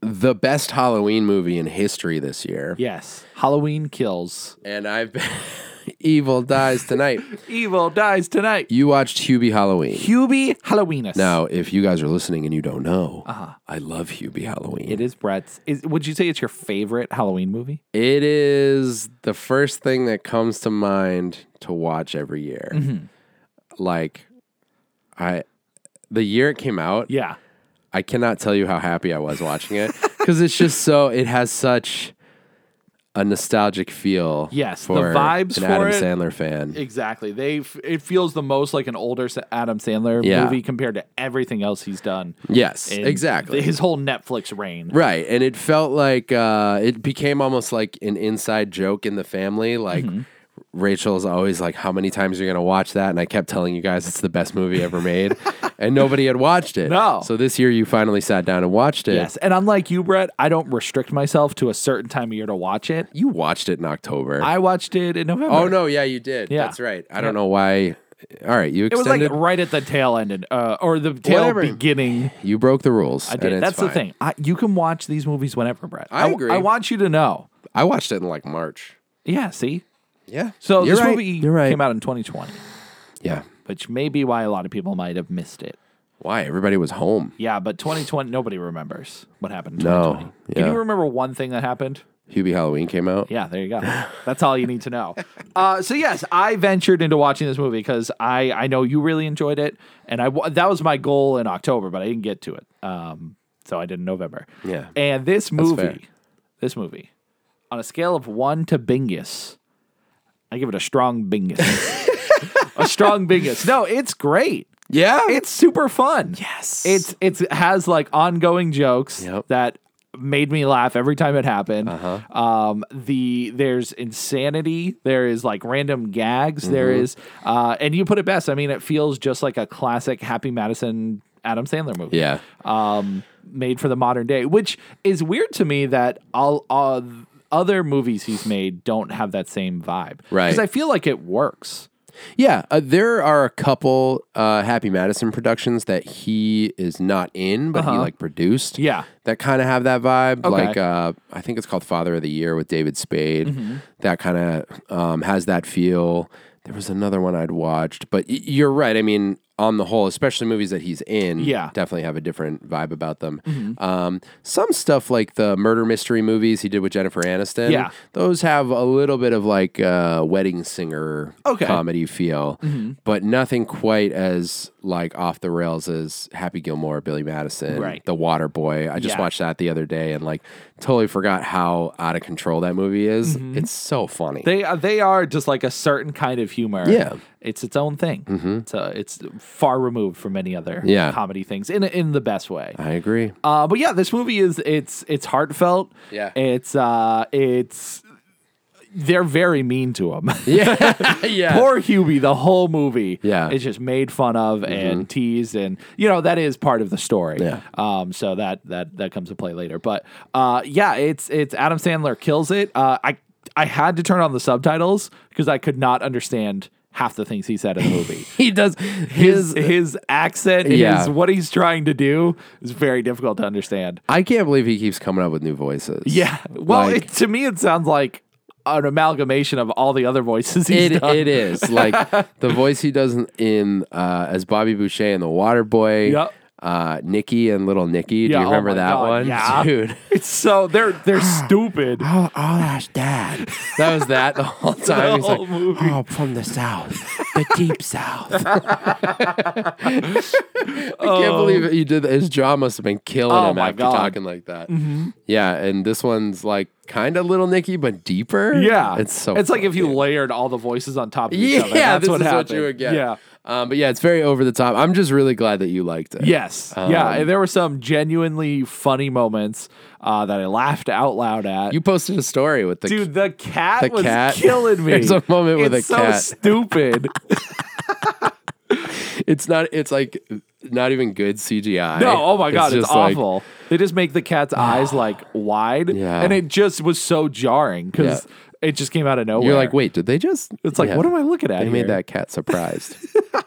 [SPEAKER 1] the best Halloween movie in history this year.
[SPEAKER 2] Yes. Halloween kills.
[SPEAKER 1] And I've been Evil Dies Tonight.
[SPEAKER 2] Evil dies tonight.
[SPEAKER 1] you watched Hubie Halloween.
[SPEAKER 2] Hubie Halloweenus.
[SPEAKER 1] Now, if you guys are listening and you don't know,
[SPEAKER 4] Uh-huh.
[SPEAKER 1] I love Hubie Halloween.
[SPEAKER 2] It is Brett's. Is, would you say it's your favorite Halloween movie?
[SPEAKER 1] It is the first thing that comes to mind to watch every year.
[SPEAKER 2] Mm-hmm.
[SPEAKER 1] Like, I, the year it came out,
[SPEAKER 2] Yeah.
[SPEAKER 1] I cannot tell you how happy I was watching it because it's just so it has such a nostalgic feel.
[SPEAKER 2] Yes, the
[SPEAKER 1] for
[SPEAKER 2] vibes
[SPEAKER 1] an
[SPEAKER 2] for
[SPEAKER 1] Adam
[SPEAKER 2] it-
[SPEAKER 1] Sandler fan.
[SPEAKER 2] Exactly. They f- it feels the most like an older Sa- Adam Sandler
[SPEAKER 1] Yeah.
[SPEAKER 2] movie compared to everything else he's done.
[SPEAKER 1] yes,
[SPEAKER 2] in
[SPEAKER 1] exactly.
[SPEAKER 2] His whole Netflix reign.
[SPEAKER 1] Right, and it felt like uh, it became almost like an inside joke in the family. Like
[SPEAKER 2] Mm-hmm.
[SPEAKER 1] Rachel's always like, "How many times are you gonna watch that?" And I kept telling you guys it's the best movie ever made, and nobody had watched it.
[SPEAKER 2] No.
[SPEAKER 1] So this year you finally sat down and watched it.
[SPEAKER 2] Yes. And unlike you, Brett, I don't restrict myself to a certain time of year to watch it.
[SPEAKER 1] You watched it in October.
[SPEAKER 2] I watched it in November.
[SPEAKER 1] oh no, yeah, you did.
[SPEAKER 2] Yeah.
[SPEAKER 1] That's right. I don't know why. All right, you
[SPEAKER 2] It was
[SPEAKER 1] extended.
[SPEAKER 2] like right at the tail end and, uh, or the tail
[SPEAKER 1] Whatever.
[SPEAKER 2] beginning.
[SPEAKER 1] You broke the rules.
[SPEAKER 2] I
[SPEAKER 1] and
[SPEAKER 2] did.
[SPEAKER 1] it's
[SPEAKER 2] That's the
[SPEAKER 1] fine.
[SPEAKER 2] thing. I, you can watch these movies whenever, Brett.
[SPEAKER 1] I
[SPEAKER 2] w-
[SPEAKER 1] agree.
[SPEAKER 2] I want you to know.
[SPEAKER 1] I watched it in like March.
[SPEAKER 2] Yeah, see?
[SPEAKER 1] Yeah.
[SPEAKER 2] So
[SPEAKER 1] You're
[SPEAKER 2] this
[SPEAKER 1] right.
[SPEAKER 2] movie
[SPEAKER 1] You're right.
[SPEAKER 2] came out in 2020,
[SPEAKER 1] Yeah.
[SPEAKER 2] which may be why a lot of people might have missed it.
[SPEAKER 1] Why everybody was home?
[SPEAKER 2] Yeah, but 2020, nobody remembers what happened in
[SPEAKER 1] No,
[SPEAKER 2] 2020. Can
[SPEAKER 1] yeah.
[SPEAKER 2] you remember one thing that happened?
[SPEAKER 1] Hubie Halloween came out.
[SPEAKER 2] Yeah, there you go. That's all you need to know. Uh, so yes, I ventured into watching this movie because I I know you really enjoyed it, and I wa- that was my goal in October, but I didn't get to it. Um, so I did in November.
[SPEAKER 1] Yeah.
[SPEAKER 2] And this
[SPEAKER 1] fair.
[SPEAKER 2] movie, this movie, on a scale of one to Bingus, I give it a strong Bingus. a strong Bingus. No, it's great.
[SPEAKER 1] Yeah.
[SPEAKER 2] It's super fun. Yes. It's it's it has like ongoing jokes
[SPEAKER 1] Yep.
[SPEAKER 2] that made me laugh every time it happened. Uh-huh. Um the there's insanity, there is like random gags, there
[SPEAKER 1] Mm-hmm.
[SPEAKER 2] is uh and you put it best. I mean, it feels just like a classic Happy Madison Adam Sandler movie
[SPEAKER 1] yeah.
[SPEAKER 2] um, made for the modern day, which is weird to me that all, all other movies he's made don't have that same vibe.
[SPEAKER 1] Right.
[SPEAKER 2] Because I feel like it works.
[SPEAKER 1] Yeah. Uh, there are a couple uh, Happy Madison productions that he is not in, but he like produced.
[SPEAKER 2] Yeah.
[SPEAKER 1] That kind of have that vibe.
[SPEAKER 2] Okay.
[SPEAKER 1] Like uh, I think it's called Father of the Year with David Spade.
[SPEAKER 2] Mm-hmm.
[SPEAKER 1] That kind of um, has that feel. There was another one I'd watched, but y- you're right. I mean, on the whole, especially movies that he's in,
[SPEAKER 2] Yeah. Mm-hmm.
[SPEAKER 1] definitely have a different vibe about them. Um, some stuff like the murder mystery movies he did with Jennifer Aniston,
[SPEAKER 2] Yeah.
[SPEAKER 1] those have a little bit of like uh, wedding singer
[SPEAKER 2] Okay. Mm-hmm.
[SPEAKER 1] comedy feel, but nothing quite as like off the rails as Happy Gilmore, Billy Madison,
[SPEAKER 2] Right.
[SPEAKER 1] The Water Boy. I just
[SPEAKER 2] Yeah.
[SPEAKER 1] watched that the other day and like totally forgot how out of control that movie is. It's so funny.
[SPEAKER 2] Mm-hmm. They are, they are just like a certain kind of humor.
[SPEAKER 1] Yeah. Mm-hmm.
[SPEAKER 2] It's its own thing. It's, uh, it's far removed from any other
[SPEAKER 1] Yeah.
[SPEAKER 2] comedy things in, in the best way.
[SPEAKER 1] I agree.
[SPEAKER 2] Uh, but yeah, this movie is it's it's heartfelt.
[SPEAKER 1] Yeah.
[SPEAKER 2] It's uh it's they're very mean to him.
[SPEAKER 1] yeah. yeah.
[SPEAKER 2] Poor Hubie, the whole movie
[SPEAKER 1] Yeah. Mm-hmm.
[SPEAKER 2] is just made fun of and teased, and you know that is part of the story.
[SPEAKER 1] Yeah.
[SPEAKER 2] Um. So that that that comes to play later, but uh, yeah, it's it's Adam Sandler kills it. Uh, I I had to turn on the subtitles because I could not understand half the things he said in the movie.
[SPEAKER 1] he does
[SPEAKER 2] His his accent,
[SPEAKER 1] Yeah.
[SPEAKER 2] his what he's trying to do is very difficult to understand.
[SPEAKER 1] I can't believe he keeps coming up with new voices.
[SPEAKER 2] Yeah. Well,
[SPEAKER 1] Like-
[SPEAKER 2] it, to me, it sounds like an amalgamation of all the other voices he's
[SPEAKER 1] It,
[SPEAKER 2] done.
[SPEAKER 1] it is like the voice he does in uh, as Bobby Boucher in The Water Boy.
[SPEAKER 2] Yep.
[SPEAKER 1] Uh, Nikki and Little Nikki. Do
[SPEAKER 2] Yeah,
[SPEAKER 1] you
[SPEAKER 2] oh
[SPEAKER 1] remember
[SPEAKER 2] my
[SPEAKER 1] that
[SPEAKER 2] God,
[SPEAKER 1] one,
[SPEAKER 2] yeah.
[SPEAKER 1] dude?
[SPEAKER 2] It's so they're they're stupid.
[SPEAKER 1] Oh, oh, that's dad. That was that the whole time. He's
[SPEAKER 2] whole
[SPEAKER 1] like,
[SPEAKER 2] movie.
[SPEAKER 1] oh, from the south, the deep south. I can't believe it. you did that. His jaw must have been killing
[SPEAKER 2] Oh
[SPEAKER 1] him
[SPEAKER 2] my
[SPEAKER 1] after
[SPEAKER 2] God. Mm-hmm.
[SPEAKER 1] talking like that. Yeah, and this one's like kind of little Nicky, but deeper.
[SPEAKER 2] Yeah,
[SPEAKER 1] it's so.
[SPEAKER 2] It's like
[SPEAKER 1] funny,
[SPEAKER 2] if you
[SPEAKER 1] dude.
[SPEAKER 2] layered all the voices on top of each
[SPEAKER 1] Yeah,
[SPEAKER 2] other. That's
[SPEAKER 1] this
[SPEAKER 2] what
[SPEAKER 1] is
[SPEAKER 2] happened.
[SPEAKER 1] what you would get.
[SPEAKER 2] Yeah.
[SPEAKER 1] um, but yeah, it's very over the top. I'm just really glad that you liked it.
[SPEAKER 2] Yes. yeah.
[SPEAKER 1] Um,
[SPEAKER 2] And there were some genuinely funny moments uh, that I laughed out loud at.
[SPEAKER 1] you posted a story with the
[SPEAKER 2] Dude, the cat
[SPEAKER 1] the
[SPEAKER 2] was
[SPEAKER 1] cat.
[SPEAKER 2] killing me.
[SPEAKER 1] There's a moment with
[SPEAKER 2] It's
[SPEAKER 1] a
[SPEAKER 2] so
[SPEAKER 1] cat.
[SPEAKER 2] stupid.
[SPEAKER 1] It's not. It's like not even good CGI.
[SPEAKER 2] No, oh my god, it's,
[SPEAKER 1] just like-
[SPEAKER 2] awful. they just make the cat's eyes like wide,
[SPEAKER 1] Yeah.
[SPEAKER 2] and it just was so jarring because it just came out of nowhere.
[SPEAKER 1] You're like, wait, did they just?
[SPEAKER 2] It's like,
[SPEAKER 1] Yeah.
[SPEAKER 2] what am I looking at?
[SPEAKER 1] They
[SPEAKER 2] here?
[SPEAKER 1] made that cat surprised.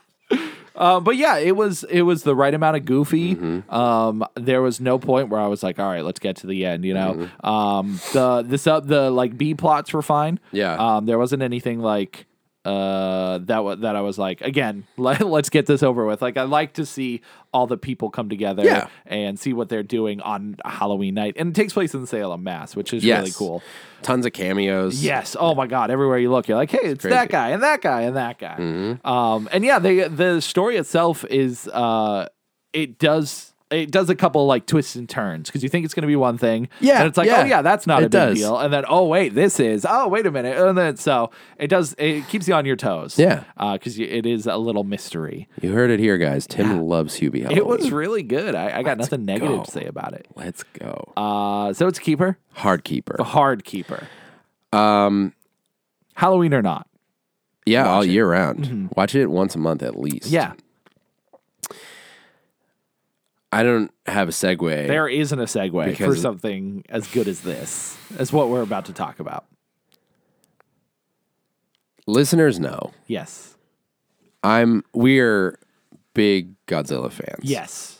[SPEAKER 2] Uh, but yeah, it was it was the right amount of goofy.
[SPEAKER 1] Mm-hmm.
[SPEAKER 2] Um, there was no point where I was like, all right, let's get to the end. You know,
[SPEAKER 1] Mm-hmm.
[SPEAKER 2] um, the the sub the like B plots were fine.
[SPEAKER 1] Yeah.
[SPEAKER 2] um, there wasn't anything like uh that wa that I was like again let, let's get this over with like I like to see all the people come together
[SPEAKER 1] Yeah.
[SPEAKER 2] and see what they're doing on Halloween night and it takes place in Salem Mass which is
[SPEAKER 1] yes,
[SPEAKER 2] really cool
[SPEAKER 1] Tons of cameos.
[SPEAKER 2] Yes. Oh my God. Everywhere you look, you're like, hey, it's
[SPEAKER 1] crazy. Mm-hmm.
[SPEAKER 2] that guy and that guy and that guy. Um, and yeah, they, the story itself is uh, it does. It does a couple like twists and turns because you think it's going to be one thing,
[SPEAKER 1] Yeah,
[SPEAKER 2] and it's like,
[SPEAKER 1] yeah.
[SPEAKER 2] oh yeah, that's not
[SPEAKER 1] It
[SPEAKER 2] a big
[SPEAKER 1] does.
[SPEAKER 2] deal, and then oh wait, this is, oh wait a minute, and then so it does, it keeps you on your toes,
[SPEAKER 1] Yeah.
[SPEAKER 2] because it is a little mystery.
[SPEAKER 1] you heard it here, guys. Tim loves Hubie. Halloween.
[SPEAKER 2] It was really good. I, I got nothing negative
[SPEAKER 1] go.
[SPEAKER 2] to say about it.
[SPEAKER 1] Let's go.
[SPEAKER 2] Uh, so it's a keeper,
[SPEAKER 1] Hard keeper.
[SPEAKER 2] a hard keeper. Um, Halloween or not,
[SPEAKER 1] Yeah, all year round. Watch it once a month at least.
[SPEAKER 2] Mm-hmm. yeah.
[SPEAKER 1] I don't have a segue.
[SPEAKER 2] There isn't a segue for
[SPEAKER 1] Because-
[SPEAKER 2] something as good as this, as what we're about to talk about.
[SPEAKER 1] Listeners know
[SPEAKER 2] Yes.
[SPEAKER 1] I'm. We're big Godzilla fans.
[SPEAKER 2] Yes.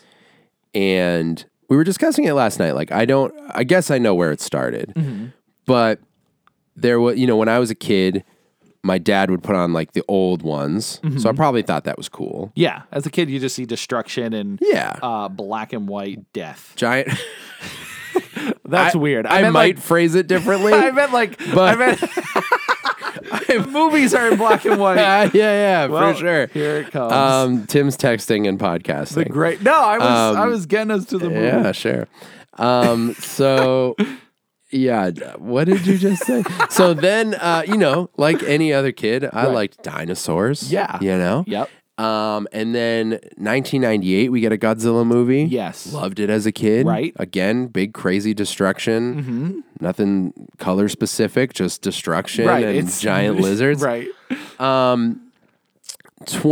[SPEAKER 1] and we were discussing it last night. Like, I don't, I guess I know where it started,
[SPEAKER 2] Mm-hmm.
[SPEAKER 1] but there was, you know, when I was a kid, my dad would put on like the old ones. So I
[SPEAKER 2] Mm-hmm.
[SPEAKER 1] probably thought that was cool.
[SPEAKER 2] Yeah. As a kid, you just see destruction and
[SPEAKER 1] Yeah.
[SPEAKER 2] uh, black and white death.
[SPEAKER 1] Giant.
[SPEAKER 2] That's
[SPEAKER 1] I-
[SPEAKER 2] weird.
[SPEAKER 1] I,
[SPEAKER 2] meant
[SPEAKER 1] might
[SPEAKER 2] Like,
[SPEAKER 1] phrase it differently.
[SPEAKER 2] I meant like. I
[SPEAKER 1] But-
[SPEAKER 2] meant. movies are in black and white.
[SPEAKER 1] yeah, yeah,
[SPEAKER 2] Well,
[SPEAKER 1] for sure.
[SPEAKER 2] Here it comes.
[SPEAKER 1] Um, Tim's texting and podcasting.
[SPEAKER 2] the great. No, I was. I was getting us to the movie.
[SPEAKER 1] Yeah, sure. Um, so yeah, d- what did you just say? so then, uh, you know, like any other kid, I liked dinosaurs.
[SPEAKER 2] Yeah.
[SPEAKER 1] you know.
[SPEAKER 2] Yep.
[SPEAKER 1] Um, and then 1998, we get a Godzilla movie.
[SPEAKER 2] Yes.
[SPEAKER 1] loved it as a kid.
[SPEAKER 2] Right. Mm-hmm.
[SPEAKER 1] Again, big crazy destruction. Nothing color specific, just destruction
[SPEAKER 2] Right.
[SPEAKER 1] and
[SPEAKER 2] It's
[SPEAKER 1] giant lizards.
[SPEAKER 2] Right.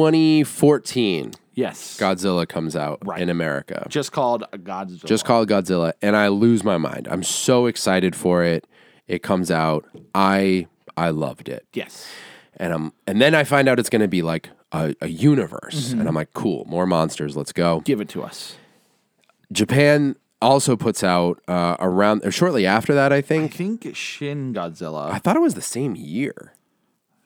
[SPEAKER 1] 2014,
[SPEAKER 2] Yes.
[SPEAKER 1] Godzilla comes out
[SPEAKER 2] Right.
[SPEAKER 1] in America.
[SPEAKER 2] Just called a Godzilla.
[SPEAKER 1] Just call it Godzilla, and I lose my mind. I'm so excited for it. It comes out. I I loved it,
[SPEAKER 2] Yes.
[SPEAKER 1] and I'm and then I find out it's going to be like a, a universe,
[SPEAKER 2] Mm-hmm.
[SPEAKER 1] and I'm like, cool, more monsters. Let's go.
[SPEAKER 2] Give it to us.
[SPEAKER 1] Japan also puts out uh, around or shortly after that. I
[SPEAKER 2] I
[SPEAKER 1] think
[SPEAKER 2] think Shin Godzilla.
[SPEAKER 1] I thought it was the same year,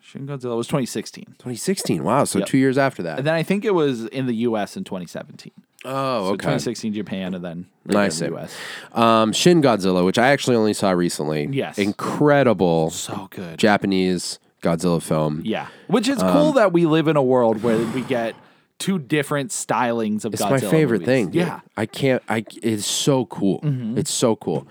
[SPEAKER 2] Shin Godzilla was 2016.
[SPEAKER 1] 2016. Wow, so
[SPEAKER 2] Yep.
[SPEAKER 1] two years after that.
[SPEAKER 2] And then I think it was in the U.S. in 2017.
[SPEAKER 1] oh,
[SPEAKER 2] So
[SPEAKER 1] okay.
[SPEAKER 2] 2016 Japan and then
[SPEAKER 1] Nice.
[SPEAKER 2] in the U.S.
[SPEAKER 1] Um, Shin Godzilla, which I actually only saw recently.
[SPEAKER 2] Yes.
[SPEAKER 1] incredible
[SPEAKER 2] So good.
[SPEAKER 1] Japanese Godzilla film.
[SPEAKER 2] yeah, which
[SPEAKER 1] Um,
[SPEAKER 2] is cool that we live in a world where we get two different stylings of
[SPEAKER 1] It's
[SPEAKER 2] Godzilla.
[SPEAKER 1] my favorite
[SPEAKER 2] movies.
[SPEAKER 1] thing. dude.
[SPEAKER 2] Yeah. Mm-hmm.
[SPEAKER 1] I can't. I. It's so cool. It's so cool.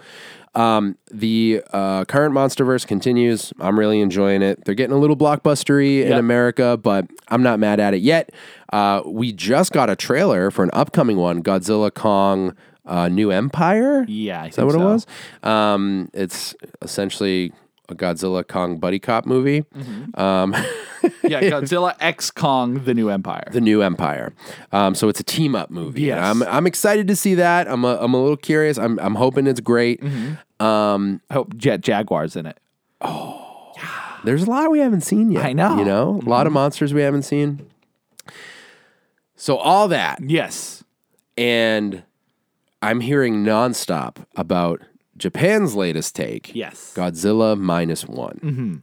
[SPEAKER 1] Um, the uh, current MonsterVerse continues. I'm really enjoying it. They're getting a little blockbustery in
[SPEAKER 2] Yep.
[SPEAKER 1] America, but I'm not mad at it yet. Uh, we just got a trailer for an upcoming one, Godzilla Kong. Uh, New Empire?
[SPEAKER 2] Yeah, I
[SPEAKER 1] Is that
[SPEAKER 2] think
[SPEAKER 1] what it
[SPEAKER 2] so.
[SPEAKER 1] was? Um, it's essentially a Godzilla Kong buddy cop movie.
[SPEAKER 2] Yeah, Godzilla X Kong: The New Empire.
[SPEAKER 1] The New Empire. Um, so it's a team up movie.
[SPEAKER 2] Yes.
[SPEAKER 1] I'm, I'm excited to see that. I'm a, I'm a little curious. I'm, I'm hoping it's great.
[SPEAKER 2] Mm-hmm. I hope Jet Jaguar's in it.
[SPEAKER 1] There's a lot we haven't seen yet.
[SPEAKER 2] I know. Mm-hmm.
[SPEAKER 1] You know, a lot of monsters we haven't seen. So all that.
[SPEAKER 2] Yes.
[SPEAKER 1] And I'm hearing nonstop about Japan's latest take.
[SPEAKER 2] Yes. Mm-hmm.
[SPEAKER 1] Godzilla minus one.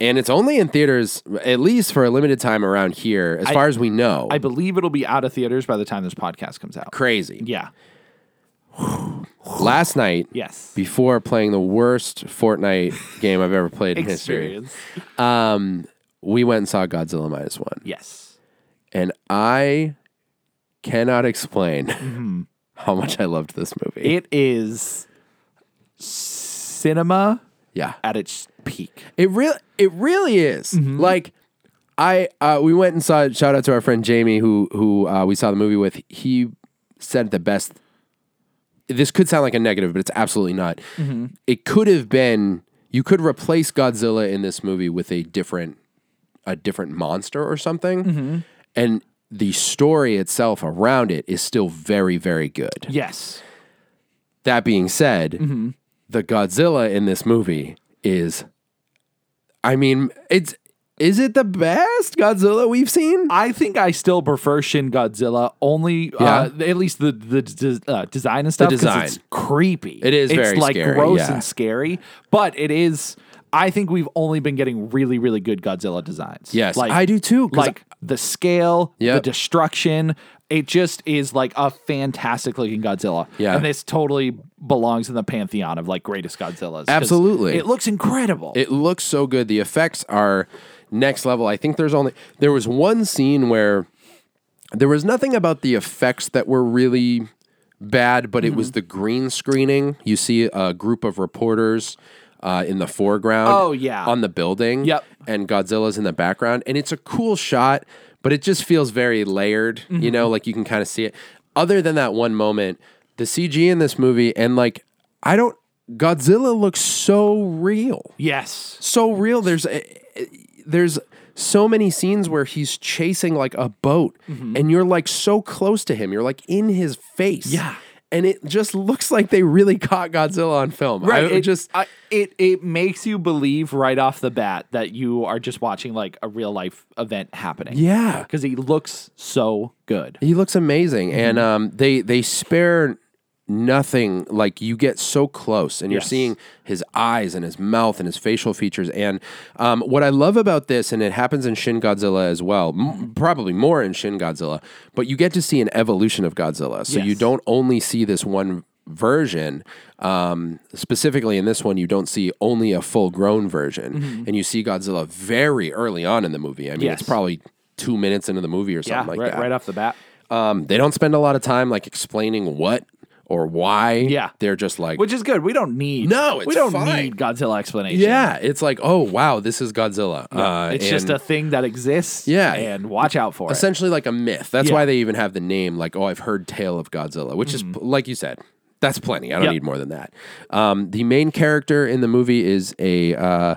[SPEAKER 1] And it's only in theaters, at least for a limited time around here, as far as we know.
[SPEAKER 2] I believe it'll be out of theaters by the time this podcast comes out.
[SPEAKER 1] Crazy.
[SPEAKER 2] Yeah.
[SPEAKER 1] Last night,
[SPEAKER 2] Yes.
[SPEAKER 1] before playing the worst Fortnite game I've ever played in history,
[SPEAKER 2] Experience.
[SPEAKER 1] we went and saw Godzilla minus one.
[SPEAKER 2] Yes.
[SPEAKER 1] And I cannot explain how much I loved this movie.
[SPEAKER 2] Mm-hmm. It is cinema
[SPEAKER 1] yeah.
[SPEAKER 2] at its peak.
[SPEAKER 1] It really, it really is. Like, I uh, we went and saw. it. Shout out to our friend Jamie, who who uh, we saw the movie with. He said the best. This could sound like a negative, but it's absolutely not. It could have been. You could replace Godzilla in this movie with a different, a different monster or something, and the story itself around it is still very, very good.
[SPEAKER 2] Yes.
[SPEAKER 1] That being said,
[SPEAKER 2] Mm-hmm.
[SPEAKER 1] the Godzilla in this movie is I mean, it's is it the best Godzilla we've seen?
[SPEAKER 2] I think I still prefer Shin Godzilla only, uh, at least the the d- uh, design and stuff. 'cause
[SPEAKER 1] design.
[SPEAKER 2] it's creepy.
[SPEAKER 1] It is
[SPEAKER 2] It's
[SPEAKER 1] very
[SPEAKER 2] like
[SPEAKER 1] scary,
[SPEAKER 2] gross
[SPEAKER 1] yeah.
[SPEAKER 2] and scary, but it is. I think we've only been getting really, really good Godzilla designs.
[SPEAKER 1] Yes, I do too, 'cause
[SPEAKER 2] Like the scale,
[SPEAKER 1] Yep.
[SPEAKER 2] the destruction. It just is like a fantastic looking Godzilla.
[SPEAKER 1] Yeah.
[SPEAKER 2] and this totally belongs in the pantheon of like greatest Godzillas. 'cause
[SPEAKER 1] Absolutely.
[SPEAKER 2] it looks incredible.
[SPEAKER 1] It looks so good. The effects are next level. I think there's only there was one scene where there was nothing about the effects that were really bad, but it was
[SPEAKER 2] Mm-hmm.
[SPEAKER 1] the green screening. You see a group of reporters uh, in the foreground.
[SPEAKER 2] Oh, yeah.
[SPEAKER 1] on the building.
[SPEAKER 2] Yep.
[SPEAKER 1] and Godzilla's in the background, and it's a cool shot, but it just feels very layered. You
[SPEAKER 2] Mm-hmm.
[SPEAKER 1] know, like you can kind of see it. Other than that one moment, the CG in this movie and like I don't. Godzilla looks so real
[SPEAKER 2] yes,
[SPEAKER 1] so real. There's uh, there's so many scenes where he's chasing like a boat,
[SPEAKER 2] Mm-hmm.
[SPEAKER 1] and you're like so close to him. You're like in his face.
[SPEAKER 2] Yeah.
[SPEAKER 1] And it just looks like they really caught Godzilla on film. I,
[SPEAKER 2] it
[SPEAKER 1] it just
[SPEAKER 2] I, it it makes you believe right off the bat that you are just watching like a real life event happening.
[SPEAKER 1] yeah.
[SPEAKER 2] because he looks so good.
[SPEAKER 1] He looks amazing,
[SPEAKER 2] Mm-hmm.
[SPEAKER 1] and um, they they spare nothing. Like you get so close, and you're
[SPEAKER 2] Yes.
[SPEAKER 1] seeing his eyes and his mouth and his facial features. And um, what I love about this, and it happens in Shin Godzilla as well, m- probably more in Shin Godzilla, but you get to see an evolution of Godzilla. So you
[SPEAKER 2] Yes.
[SPEAKER 1] don't only see this one version um specifically in this one you don't see only a full grown version and you see Godzilla very early on in the movie i mean it's
[SPEAKER 2] Mm-hmm. Yes.
[SPEAKER 1] probably 2 minutes into the movie or
[SPEAKER 2] Yeah,
[SPEAKER 1] something like
[SPEAKER 2] right,
[SPEAKER 1] that
[SPEAKER 2] right off the bat,
[SPEAKER 1] um, they don't spend a lot of time like explaining what or why.
[SPEAKER 2] Yeah.
[SPEAKER 1] They're just like,
[SPEAKER 2] which is good. We don't need
[SPEAKER 1] No, it's
[SPEAKER 2] we don't
[SPEAKER 1] fine.
[SPEAKER 2] need Godzilla explanation.
[SPEAKER 1] yeah, it's like, oh, wow, this is Godzilla. uh,
[SPEAKER 2] it's just
[SPEAKER 1] and
[SPEAKER 2] a thing that exists.
[SPEAKER 1] Yeah.
[SPEAKER 2] and watch out for it.
[SPEAKER 1] essentially like a myth. That's
[SPEAKER 2] Yeah.
[SPEAKER 1] why they even have the name, like, oh, I've heard Tale of Godzilla, which
[SPEAKER 2] Mm-hmm.
[SPEAKER 1] is, like you said, that's plenty. I don't
[SPEAKER 2] Yep.
[SPEAKER 1] need more than that. Um, the main character in the movie is a, uh,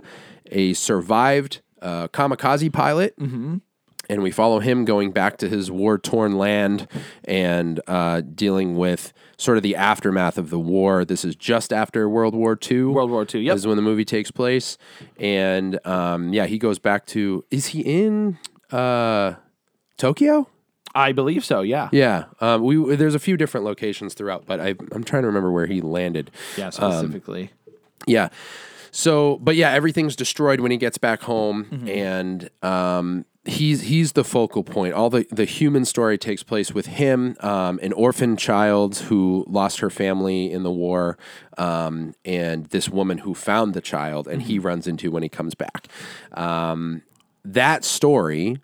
[SPEAKER 1] a survived uh, kamikaze pilot. and we follow him going back to his war torn land and uh, dealing with sort of the aftermath of the war. This is just after World War II.
[SPEAKER 2] World War II, yep.
[SPEAKER 1] is when the movie takes place, and um, yeah, he goes back to. Is he in uh, Tokyo?
[SPEAKER 2] I believe so. Yeah,
[SPEAKER 1] Yeah, um, we there's a few different locations throughout, but I, I'm trying to remember where he landed.
[SPEAKER 2] yeah, specifically.
[SPEAKER 1] Yeah. So, but yeah, everything's destroyed when he gets back home,
[SPEAKER 2] Mm-hmm.
[SPEAKER 1] and um, he's he's the focal point. All the the human story takes place with him, um, an orphan child who lost her family in the war, um, and this woman who found the child, and
[SPEAKER 2] Mm-hmm.
[SPEAKER 1] he runs into when he comes back. Um, that story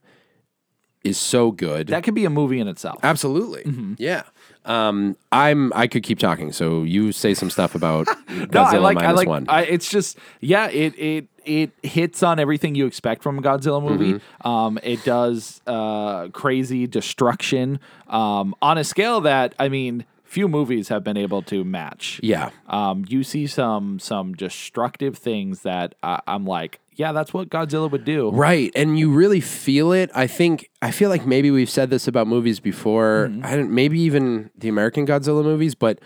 [SPEAKER 1] is so good.
[SPEAKER 2] that Mm-hmm. could be a movie in itself.
[SPEAKER 1] Absolutely, yeah. Um, I'm. I could keep talking. So you say some stuff about Godzilla
[SPEAKER 2] No, I like, I
[SPEAKER 1] minus
[SPEAKER 2] like,
[SPEAKER 1] one.
[SPEAKER 2] I, it's just, yeah, it, it, it hits on everything you expect from a Godzilla movie.
[SPEAKER 1] Mm-hmm.
[SPEAKER 2] Um, it does uh, crazy destruction um, on a scale that, I mean, few movies have been able to match.
[SPEAKER 1] yeah.
[SPEAKER 2] Um, you see some some destructive things that I, I'm like, yeah, that's what Godzilla would do.
[SPEAKER 1] Right. And you really feel it. I think, I feel like maybe we've said this about movies before.
[SPEAKER 2] Mm-hmm.
[SPEAKER 1] I don't, maybe even the American Godzilla movies, but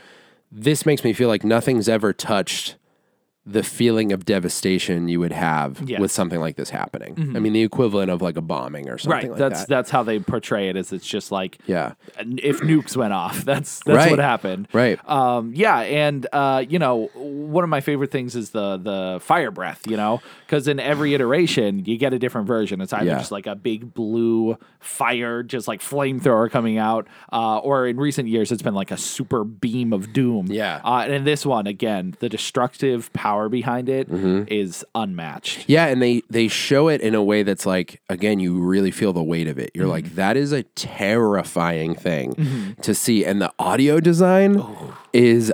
[SPEAKER 1] this makes me feel like nothing's ever touched the feeling of devastation you would have
[SPEAKER 2] Yeah.
[SPEAKER 1] with something like this happening. I mean, the equivalent of like a bombing or something
[SPEAKER 2] Mm-hmm.
[SPEAKER 1] like
[SPEAKER 2] Right. that's
[SPEAKER 1] that.
[SPEAKER 2] that's how they portray it. Is it's just like
[SPEAKER 1] Yeah.
[SPEAKER 2] if nukes went off, that's that's
[SPEAKER 1] Right.
[SPEAKER 2] what happened.
[SPEAKER 1] Right.
[SPEAKER 2] Um, yeah, and uh, you know, one of my favorite things is the the fire breath. You know, because in every iteration, you get a different version. It's either
[SPEAKER 1] Yeah.
[SPEAKER 2] just like a big blue fire, just like flamethrower coming out, uh, or in recent years, it's been like a super beam of doom.
[SPEAKER 1] Yeah.
[SPEAKER 2] Uh, and in this one, again, the destructive power behind it
[SPEAKER 1] Mm-hmm.
[SPEAKER 2] is unmatched.
[SPEAKER 1] Yeah, and they they show it in a way that's like again, you really feel the weight of it. You're
[SPEAKER 2] Mm-hmm.
[SPEAKER 1] like, that is a terrifying thing to see, and the audio design is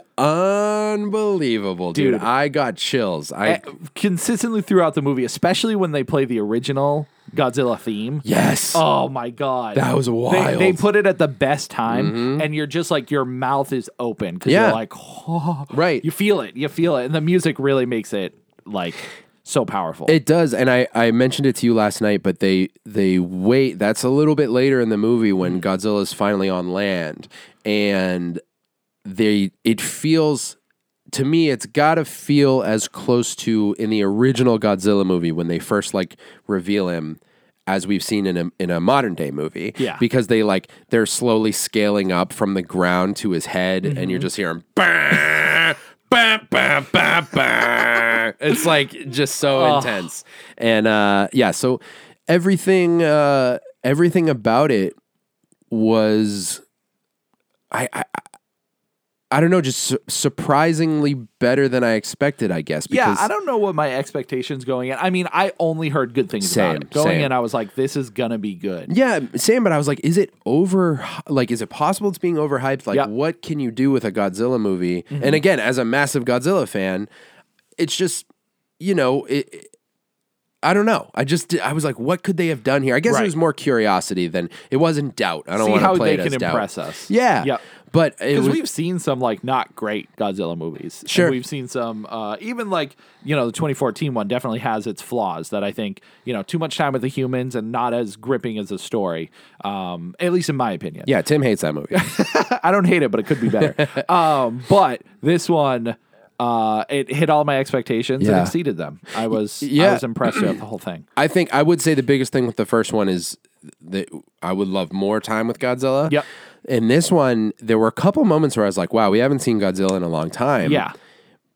[SPEAKER 1] unbelievable, dude.
[SPEAKER 2] Oh. Dude.
[SPEAKER 1] I got chills. I
[SPEAKER 2] Eh, Consistently throughout the movie, especially when they play the original Godzilla theme.
[SPEAKER 1] yes,
[SPEAKER 2] Oh my god,
[SPEAKER 1] That was
[SPEAKER 2] They-
[SPEAKER 1] wild. Mm-hmm.
[SPEAKER 2] They, put it at the best time, and you're just like your mouth is open because
[SPEAKER 1] Yeah.
[SPEAKER 2] you're like, oh.
[SPEAKER 1] right.
[SPEAKER 2] you feel it, you feel it, and the music really makes it like so powerful.
[SPEAKER 1] It does, and I, I mentioned it to you last night, but they they wait. That's a little bit later in the movie when
[SPEAKER 2] Mm-hmm.
[SPEAKER 1] Godzilla's finally on land, and they it feels to me it's got to feel as close to in the original Godzilla movie when they first like reveal him as we've seen in a in a modern day movie.
[SPEAKER 2] Yeah.
[SPEAKER 1] because they like they're slowly scaling up from the ground to his head, and you're just hearing. "Bah, bah, bah, bah, bah." It's like just so intense, and uh, yeah. So everything, uh, everything about it was, I, I, I- I don't know, just su- surprisingly better than I expected. I guess.
[SPEAKER 2] yeah,
[SPEAKER 1] Because
[SPEAKER 2] I don't know what my expectations going in. I mean, I only heard good things
[SPEAKER 1] Same,
[SPEAKER 2] about it. Going
[SPEAKER 1] same.
[SPEAKER 2] in, I was like, this is gonna be good.
[SPEAKER 1] Yeah, same. But I was like, is it over? Like, is it possible it's being overhyped? Like,
[SPEAKER 2] Yeah. Mm-hmm.
[SPEAKER 1] what can you do with a Godzilla movie? And again, as a massive Godzilla fan, it's just you know, it, it- I don't know. I just I was like, what could they have done here? I guess
[SPEAKER 2] Right.
[SPEAKER 1] it was more curiosity than it wasn't doubt. I don't
[SPEAKER 2] See
[SPEAKER 1] want to
[SPEAKER 2] how
[SPEAKER 1] play
[SPEAKER 2] they
[SPEAKER 1] it as
[SPEAKER 2] can
[SPEAKER 1] doubt.
[SPEAKER 2] impress us.
[SPEAKER 1] Yeah,
[SPEAKER 2] Yep.
[SPEAKER 1] But it
[SPEAKER 2] Because
[SPEAKER 1] was,
[SPEAKER 2] we've seen some like not great Godzilla movies. And
[SPEAKER 1] Sure.
[SPEAKER 2] we've seen some, uh, even like, you know, the 2014 one definitely has its flaws that I think, you know, too much time with the humans and not as gripping as a story, um, at least in my opinion.
[SPEAKER 1] yeah, Tim hates that movie.
[SPEAKER 2] I don't hate it, but it could be better. um, but this one, uh, it hit all my expectations
[SPEAKER 1] Yeah.
[SPEAKER 2] and exceeded them. I was,
[SPEAKER 1] yeah.
[SPEAKER 2] I was impressed with the whole thing.
[SPEAKER 1] I think I would say the biggest thing with the first one is that I would love more time with Godzilla.
[SPEAKER 2] Yep.
[SPEAKER 1] In this one, there were a couple moments where I was like, wow, we haven't seen Godzilla in a long time.
[SPEAKER 2] Yeah.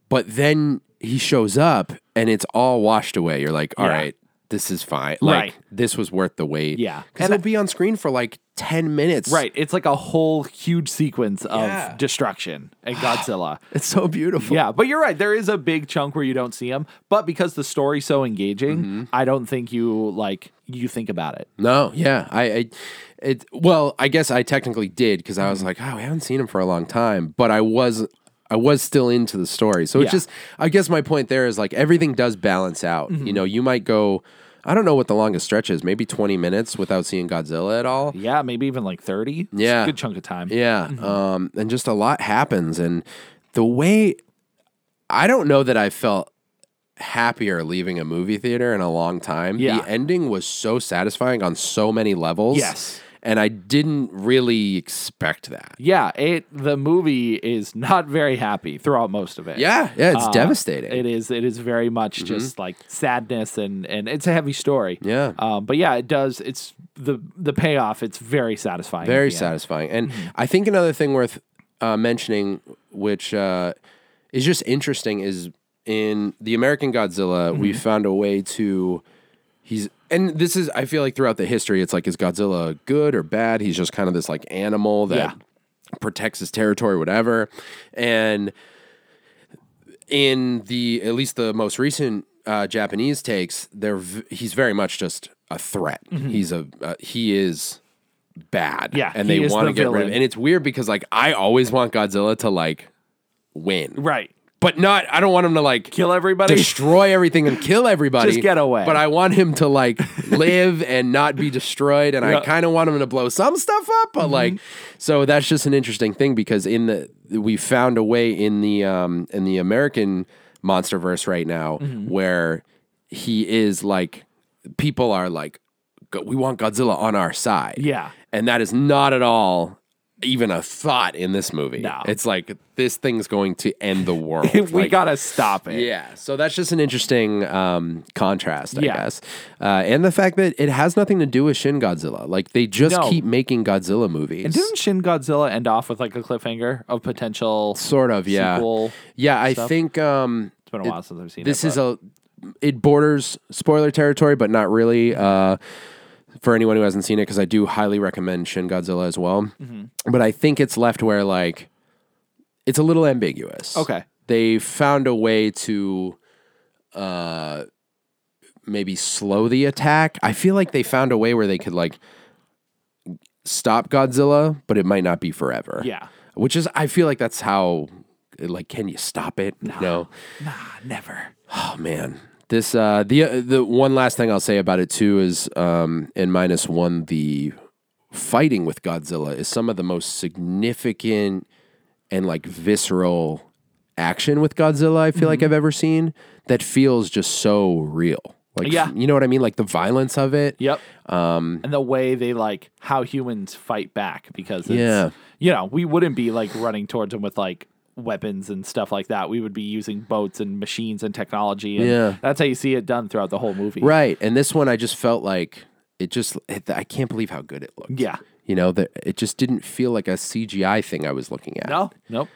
[SPEAKER 1] But then he shows up and it's all washed away. You're like, all right,
[SPEAKER 2] Yeah.
[SPEAKER 1] this is fine. Like,
[SPEAKER 2] Right.
[SPEAKER 1] this was worth the wait.
[SPEAKER 2] Yeah.
[SPEAKER 1] Because
[SPEAKER 2] And
[SPEAKER 1] it'll be on screen for like 10 minutes.
[SPEAKER 2] Right. It's like a whole huge sequence of
[SPEAKER 1] Yeah.
[SPEAKER 2] destruction and Godzilla.
[SPEAKER 1] It's so beautiful.
[SPEAKER 2] Yeah, but you're right. There is a big chunk where you don't see him, but because the story's so engaging,
[SPEAKER 1] Mm-hmm.
[SPEAKER 2] I don't think you like you think about it.
[SPEAKER 1] No, yeah, I, I, it. Well, I guess I technically did because I was like, oh, we haven't seen him for a long time, but I was, I was still into the story. So
[SPEAKER 2] Yeah.
[SPEAKER 1] it's just, I guess my point there is like everything does balance out. You know, you might go, I don't know what the longest stretch is, maybe twenty minutes without seeing Godzilla at all.
[SPEAKER 2] Yeah, maybe even like thirty. It's a
[SPEAKER 1] Yeah.
[SPEAKER 2] good chunk of time.
[SPEAKER 1] Yeah, um, and just a lot happens, and the way, I don't know that I felt happier leaving a movie theater in a long time.
[SPEAKER 2] Yeah.
[SPEAKER 1] The ending was so satisfying on so many levels.
[SPEAKER 2] Yes.
[SPEAKER 1] And I didn't really expect that.
[SPEAKER 2] Yeah, it the movie is not very happy throughout most of it.
[SPEAKER 1] Yeah. Yeah. It's
[SPEAKER 2] Uh,
[SPEAKER 1] devastating.
[SPEAKER 2] It is. It is very much just like sadness, and and it's a heavy story.
[SPEAKER 1] Yeah.
[SPEAKER 2] Um, but yeah, it does. It's the the payoff. It's very satisfying. Mm-hmm. at
[SPEAKER 1] Very
[SPEAKER 2] the end.
[SPEAKER 1] satisfying. And I think another thing worth uh, mentioning, which uh, is just interesting, is in the American Godzilla, we
[SPEAKER 2] Mm-hmm.
[SPEAKER 1] found a way to. He's and this is I feel like throughout the history, it's like is Godzilla good or bad? He's just kind of this like animal that
[SPEAKER 2] Yeah.
[SPEAKER 1] protects his territory, whatever. And in the at least the most recent uh, Japanese takes, they're v- he's very much just a threat. He's a uh, he is bad.
[SPEAKER 2] Mm-hmm. Yeah,
[SPEAKER 1] and
[SPEAKER 2] he
[SPEAKER 1] they
[SPEAKER 2] is
[SPEAKER 1] want to
[SPEAKER 2] the
[SPEAKER 1] get rid of.
[SPEAKER 2] villain.
[SPEAKER 1] And it's weird because like I always want Godzilla to like win,
[SPEAKER 2] Right.
[SPEAKER 1] but not. I don't want him to like
[SPEAKER 2] Kill everybody.
[SPEAKER 1] destroy everything and kill everybody.
[SPEAKER 2] Just get away.
[SPEAKER 1] But I want him to like live and not be destroyed. And I
[SPEAKER 2] Yeah. Mm-hmm.
[SPEAKER 1] kind of want him to blow some stuff up. But like, so that's just an interesting thing because in the we found a way in the um in the American MonsterVerse right now
[SPEAKER 2] Mm-hmm.
[SPEAKER 1] where he is like people are like "Go- we want Godzilla on our side.
[SPEAKER 2] Yeah.
[SPEAKER 1] and that is not at all. even a thought in this movie.
[SPEAKER 2] No.
[SPEAKER 1] It's like this thing's going to end the world.
[SPEAKER 2] we
[SPEAKER 1] Like,
[SPEAKER 2] gotta stop it.
[SPEAKER 1] Yeah, so that's just an interesting um, contrast, I
[SPEAKER 2] Yeah.
[SPEAKER 1] guess, uh, and the fact that it has nothing to do with Shin Godzilla. Like they just
[SPEAKER 2] No.
[SPEAKER 1] keep making Godzilla movies.
[SPEAKER 2] And didn't Shin Godzilla end off with like a cliffhanger of potential?
[SPEAKER 1] sort of, yeah,
[SPEAKER 2] sequel
[SPEAKER 1] yeah. I
[SPEAKER 2] stuff?
[SPEAKER 1] think um,
[SPEAKER 2] It's been a while since I've seen
[SPEAKER 1] this
[SPEAKER 2] it.
[SPEAKER 1] is a it borders spoiler territory, but not really. Uh, for anyone who hasn't seen it, because I do highly recommend Shin Godzilla as well.
[SPEAKER 2] Mm-hmm.
[SPEAKER 1] But I think it's left where like it's a little ambiguous.
[SPEAKER 2] Okay.
[SPEAKER 1] they found a way to uh, maybe slow the attack. I feel like they found a way where they could like stop Godzilla, but it might not be forever.
[SPEAKER 2] Yeah.
[SPEAKER 1] which is I feel like that's how like can you stop it? no.
[SPEAKER 2] Ah, never.
[SPEAKER 1] Oh man, this uh, the uh, the one last thing I'll say about it too is um, in minus one the fighting with Godzilla is some of the most significant and like visceral action with Godzilla I feel
[SPEAKER 2] Mm-hmm.
[SPEAKER 1] like I've ever seen that feels just so real. Like
[SPEAKER 2] Yeah.
[SPEAKER 1] you know what I mean? Like the violence of it.
[SPEAKER 2] Yep. Um, and the way they like how humans fight back because it's,
[SPEAKER 1] Yeah.
[SPEAKER 2] you know, we wouldn't be like running towards them with like weapons and stuff like that. We would be using boats and machines and technology. And
[SPEAKER 1] Yeah.
[SPEAKER 2] That's how you see it done throughout the whole movie.
[SPEAKER 1] Right. And this one I just felt like it just it, I can't believe how good it looked.
[SPEAKER 2] Yeah.
[SPEAKER 1] You know, that it just didn't feel like a CGI thing I was looking at.
[SPEAKER 2] No. Nope.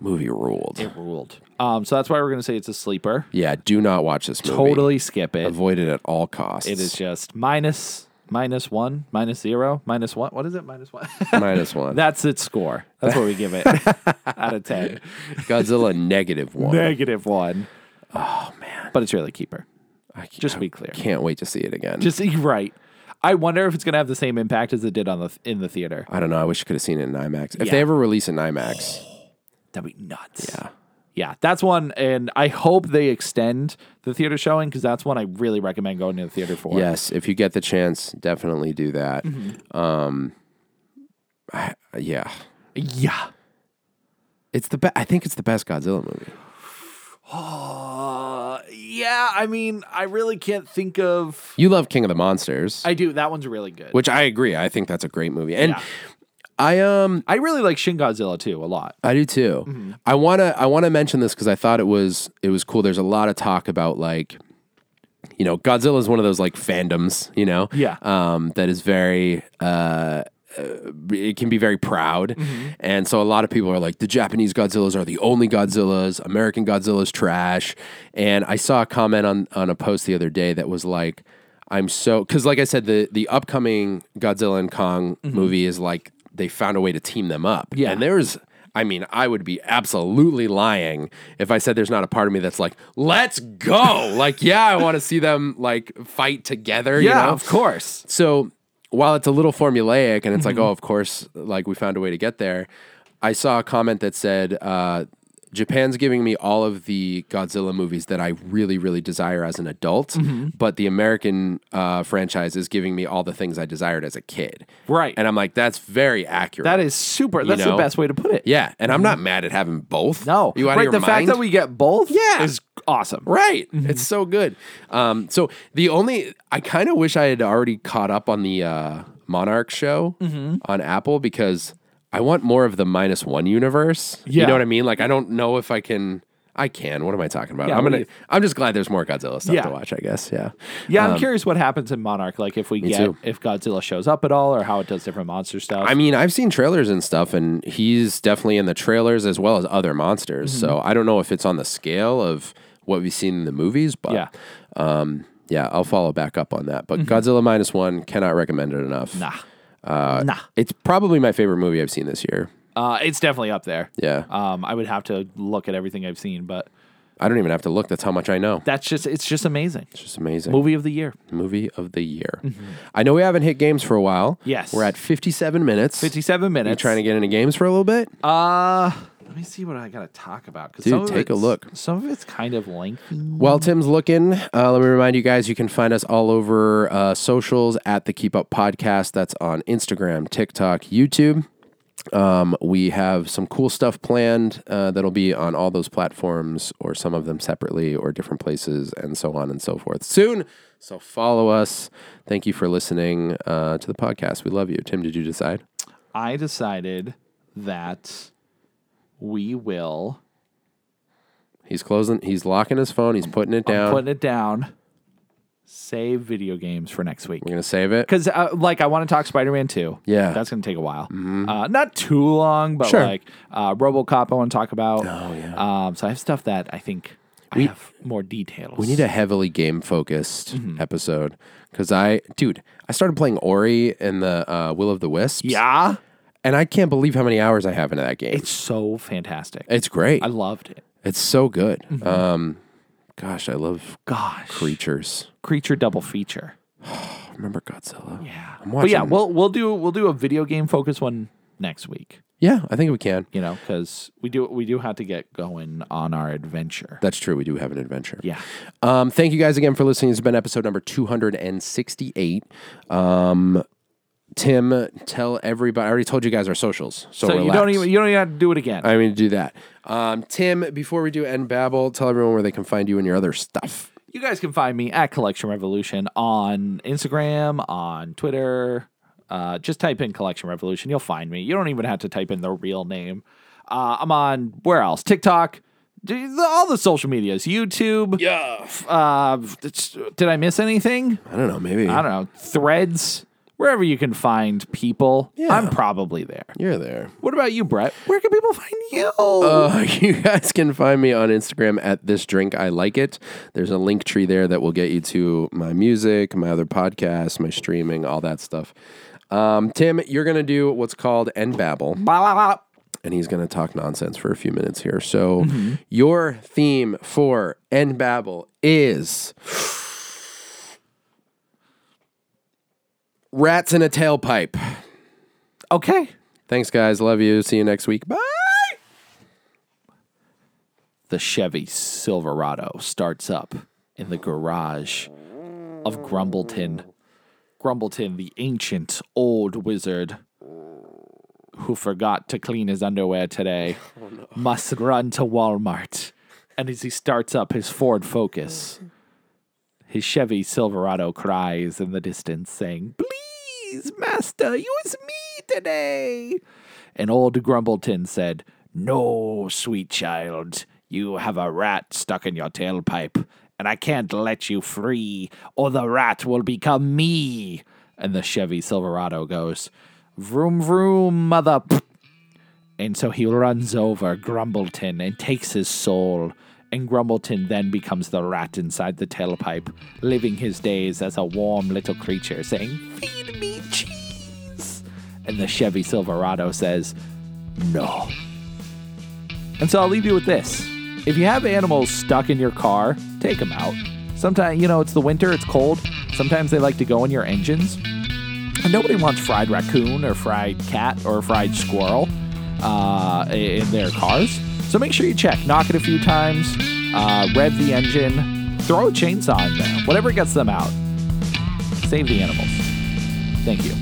[SPEAKER 1] Movie ruled.
[SPEAKER 2] It ruled. Um, so that's why we're gonna say it's a sleeper.
[SPEAKER 1] Yeah, do not watch this movie.
[SPEAKER 2] Totally skip it.
[SPEAKER 1] Avoid it at all costs.
[SPEAKER 2] It is just minus minus one, minus zero, minus one. What is it? Minus one.
[SPEAKER 1] minus one.
[SPEAKER 2] That's its score. That's what we give it out of ten.
[SPEAKER 1] Godzilla negative one.
[SPEAKER 2] Negative one. Oh man. But it's really a keeper.
[SPEAKER 1] I can't-
[SPEAKER 2] Just be clear.
[SPEAKER 1] Can't wait to see it again.
[SPEAKER 2] Just you're right. I wonder if it's gonna have the same impact as it did on the in the theater.
[SPEAKER 1] I don't know. I wish I could have seen it in IMAX. If
[SPEAKER 2] Yeah.
[SPEAKER 1] they ever release an IMAX,
[SPEAKER 2] That'd be nuts. Yeah. Yeah, that's one, and I hope they extend the theater showing because that's one I really recommend going to the theater for.
[SPEAKER 1] yes. If you get the chance, definitely do that.
[SPEAKER 2] Mm-hmm.
[SPEAKER 1] Um, I- yeah,
[SPEAKER 2] yeah.
[SPEAKER 1] it's the. Be- I think it's the best Godzilla movie.
[SPEAKER 2] Uh, yeah. I mean, I really can't think of.
[SPEAKER 1] You love King of the Monsters,
[SPEAKER 2] I do. That one's really good.
[SPEAKER 1] which I agree. I think that's a great movie, and
[SPEAKER 2] Yeah.
[SPEAKER 1] I um
[SPEAKER 2] I really like Shin Godzilla too a lot.
[SPEAKER 1] I do too. I wanna I wanna mention this because I thought it was it was cool. There's a lot of talk about like, you know, Godzilla is one of those like fandoms, you know,
[SPEAKER 2] Yeah.
[SPEAKER 1] um, that is very. Uh, uh, it can be very proud, and so a lot of people are like, "The Japanese Godzillas are the only Godzillas. American Godzilla's trash." And I saw a comment on on a post the other day that was like, "I'm so because, like I said, the the upcoming Godzilla and Kong movie is like they found a way to team them up,
[SPEAKER 2] Yeah.
[SPEAKER 1] and there's." I mean, I would be absolutely lying if I said there's not a part of me that's like, let's go. like, yeah, I want to see them like fight together. you know?
[SPEAKER 2] course.
[SPEAKER 1] So while it's a little formulaic and it's
[SPEAKER 2] Mm-hmm.
[SPEAKER 1] like, oh, of course, like we found a way to get there, I saw a comment that said, uh, Japan's giving me all of the Godzilla movies that I really, really desire as an adult,
[SPEAKER 2] Mm-hmm.
[SPEAKER 1] but the American uh, franchise is giving me all the things I desired as a kid.
[SPEAKER 2] Right.
[SPEAKER 1] And I'm like, that's very accurate.
[SPEAKER 2] That is super. That's
[SPEAKER 1] know?
[SPEAKER 2] the best way to put it.
[SPEAKER 1] Yeah. And I'm not mad at having both.
[SPEAKER 2] No.
[SPEAKER 1] You out
[SPEAKER 2] right.
[SPEAKER 1] of your
[SPEAKER 2] the fact
[SPEAKER 1] mind?
[SPEAKER 2] that we get both
[SPEAKER 1] Yeah.
[SPEAKER 2] is awesome.
[SPEAKER 1] Right.
[SPEAKER 2] Mm-hmm.
[SPEAKER 1] It's so good. Um, so the only I kind of wish I had already caught up on the uh, Monarch show
[SPEAKER 2] Mm-hmm.
[SPEAKER 1] on Apple because I want more of the minus one universe. You
[SPEAKER 2] Yeah.
[SPEAKER 1] know what I mean? Like I don't know if I can. I can. What am I talking about?
[SPEAKER 2] Yeah,
[SPEAKER 1] I'm
[SPEAKER 2] what do
[SPEAKER 1] gonna. I'm just glad there's more Godzilla stuff
[SPEAKER 2] Yeah.
[SPEAKER 1] to watch. I guess. Yeah.
[SPEAKER 2] Yeah. I'm curious what happens in Monarch. Like if we get
[SPEAKER 1] Um, too.
[SPEAKER 2] if Godzilla shows up at all, or how it does different monster stuff.
[SPEAKER 1] I mean, I've seen trailers and stuff, and he's definitely in the trailers as well as other monsters. So
[SPEAKER 2] Mm-hmm.
[SPEAKER 1] I don't know if it's on the scale of what we've seen in the movies, but
[SPEAKER 2] Yeah.
[SPEAKER 1] um, yeah, I'll follow back up on that. But Godzilla minus one cannot recommend it enough.
[SPEAKER 2] Mm-hmm. nah.
[SPEAKER 1] Uh,
[SPEAKER 2] nah.
[SPEAKER 1] it's probably my favorite movie I've seen this year.
[SPEAKER 2] Uh, it's definitely up there.
[SPEAKER 1] Yeah,
[SPEAKER 2] Um, I would have to look at everything I've seen, but
[SPEAKER 1] I don't even have to look. That's how much I know.
[SPEAKER 2] that's just it's just amazing.
[SPEAKER 1] It's just amazing.
[SPEAKER 2] Movie of the year.
[SPEAKER 1] Movie of the year. I know we haven't hit games for a while.
[SPEAKER 2] Mm-hmm. Yes.
[SPEAKER 1] we're at fifty-seven minutes.
[SPEAKER 2] Fifty-seven
[SPEAKER 1] You
[SPEAKER 2] minutes.
[SPEAKER 1] trying to get into games for a little bit?
[SPEAKER 2] Uh, let me see what I gotta talk about. 'cause
[SPEAKER 1] Dude,
[SPEAKER 2] some of
[SPEAKER 1] take a
[SPEAKER 2] it's-
[SPEAKER 1] look.
[SPEAKER 2] Some of it's kind of lengthy.
[SPEAKER 1] While Tim's looking, uh, let me remind you guys you can find us all over uh, socials at the Keep Up Podcast. That's on Instagram, TikTok, YouTube. Um, we have some cool stuff planned uh, that'll be on all those platforms or some of them separately or different places and so on and so forth soon. So follow us. Thank you for listening uh, to the podcast. We love you. Tim, did you decide?
[SPEAKER 2] I decided that we will
[SPEAKER 1] He's closing. He's locking his phone. He's putting it down.
[SPEAKER 2] put it down. Save video games for next week.
[SPEAKER 1] We're gonna save it.
[SPEAKER 2] because uh, like I want to talk Spider Man Two.
[SPEAKER 1] Yeah. Mm-hmm.
[SPEAKER 2] that's gonna take a while. Uh, not too long, but
[SPEAKER 1] Sure.
[SPEAKER 2] like uh, RoboCop, I want to talk about. Oh yeah. Um, so I have stuff that I think I have more details.
[SPEAKER 1] We need a heavily game focused
[SPEAKER 2] Mm-hmm.
[SPEAKER 1] episode because I, dude, I started playing Ori and the uh, Will of the Wisps.
[SPEAKER 2] yeah.
[SPEAKER 1] and I can't believe how many hours I have into that game.
[SPEAKER 2] It's so fantastic.
[SPEAKER 1] It's great.
[SPEAKER 2] I Mm-hmm. loved it.
[SPEAKER 1] it's so good. Um, gosh, I love
[SPEAKER 2] Gosh,
[SPEAKER 1] creatures.
[SPEAKER 2] creature double feature.
[SPEAKER 1] Remember Godzilla?
[SPEAKER 2] Yeah,
[SPEAKER 1] I'm
[SPEAKER 2] but yeah,
[SPEAKER 1] watching-
[SPEAKER 2] we'll we'll do we'll do a video game focus one next week.
[SPEAKER 1] Yeah, I think we can.
[SPEAKER 2] You know, because we do we do have to get going on our adventure.
[SPEAKER 1] That's true. We do have an adventure.
[SPEAKER 2] Yeah.
[SPEAKER 1] Um, thank you guys again for listening. This has been episode number 268. Um, Tim, tell everybody. I already told you guys our socials. So,
[SPEAKER 2] So you
[SPEAKER 1] relax.
[SPEAKER 2] don't even you don't even have to do it again.
[SPEAKER 1] I mean, do that. Um, Tim, before we do end Babel, tell everyone where they can find you and your other stuff.
[SPEAKER 2] You guys can find me at Collection Revolution on Instagram, on Twitter. Uh, just type in Collection Revolution. You'll find me. You don't even have to type in the real name. Uh, I'm on where else? TikTok, d- the- all the social medias, YouTube.
[SPEAKER 1] Yeah.
[SPEAKER 2] Uh, it's- did I miss anything?
[SPEAKER 1] I don't know. Maybe.
[SPEAKER 2] I don't know. Threads, wherever you can find people,
[SPEAKER 1] Yeah.
[SPEAKER 2] I'm probably there.
[SPEAKER 1] You're there.
[SPEAKER 2] What about you, Brett? Where can people find you?
[SPEAKER 1] Uh, you guys can find me on Instagram at this drink I like it. There's a link tree there that will get you to my music, my other podcasts, my streaming, all that stuff. Um, Tim, you're gonna do what's called end babble,
[SPEAKER 2] Blah, blah, blah.
[SPEAKER 1] and he's gonna talk nonsense for a few minutes here. So your theme for end babble is rats in a tailpipe.
[SPEAKER 2] Okay.
[SPEAKER 1] Thanks, guys. Love you. See you next week. Bye.
[SPEAKER 2] the Chevy Silverado starts up in the garage of Grumbleton. Grumbleton, the ancient old wizard who forgot to clean his underwear today, must run to Walmart. And as he starts up his Ford Focus, his Chevy Silverado cries in the distance, saying, Please, Master, use me today. And old Grumbleton said, No, sweet child, you have a rat stuck in your tailpipe, and I can't let you free, or the rat will become me. And the Chevy Silverado goes, Vroom, vroom, mother. p-" And so he runs over Grumbleton and takes his soul. And Grumbleton then becomes the rat inside the tailpipe, living his days as a warm little creature, saying, Feed me cheese. And the Chevy Silverado says, No. And so I'll leave you with this. If you have animals stuck in your car, take them out. Sometimes, you know, it's the winter, it's cold. Sometimes they like to go in your engines. And nobody wants fried raccoon or fried cat or fried squirrel uh, in their cars. So make sure you check, knock it a few times, uh, rev the engine, throw a chainsaw in there, whatever gets them out. Save the animals. Thank you.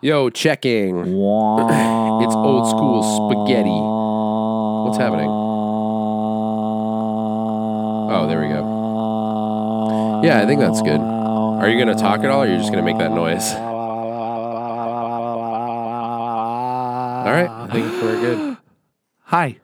[SPEAKER 1] Yo, checking. It's old school spaghetti. What's happening? Oh, there we go. Yeah, I think that's good. Are you going to talk at all or are you just going to make that noise? All right, I think we're good.
[SPEAKER 2] Hi.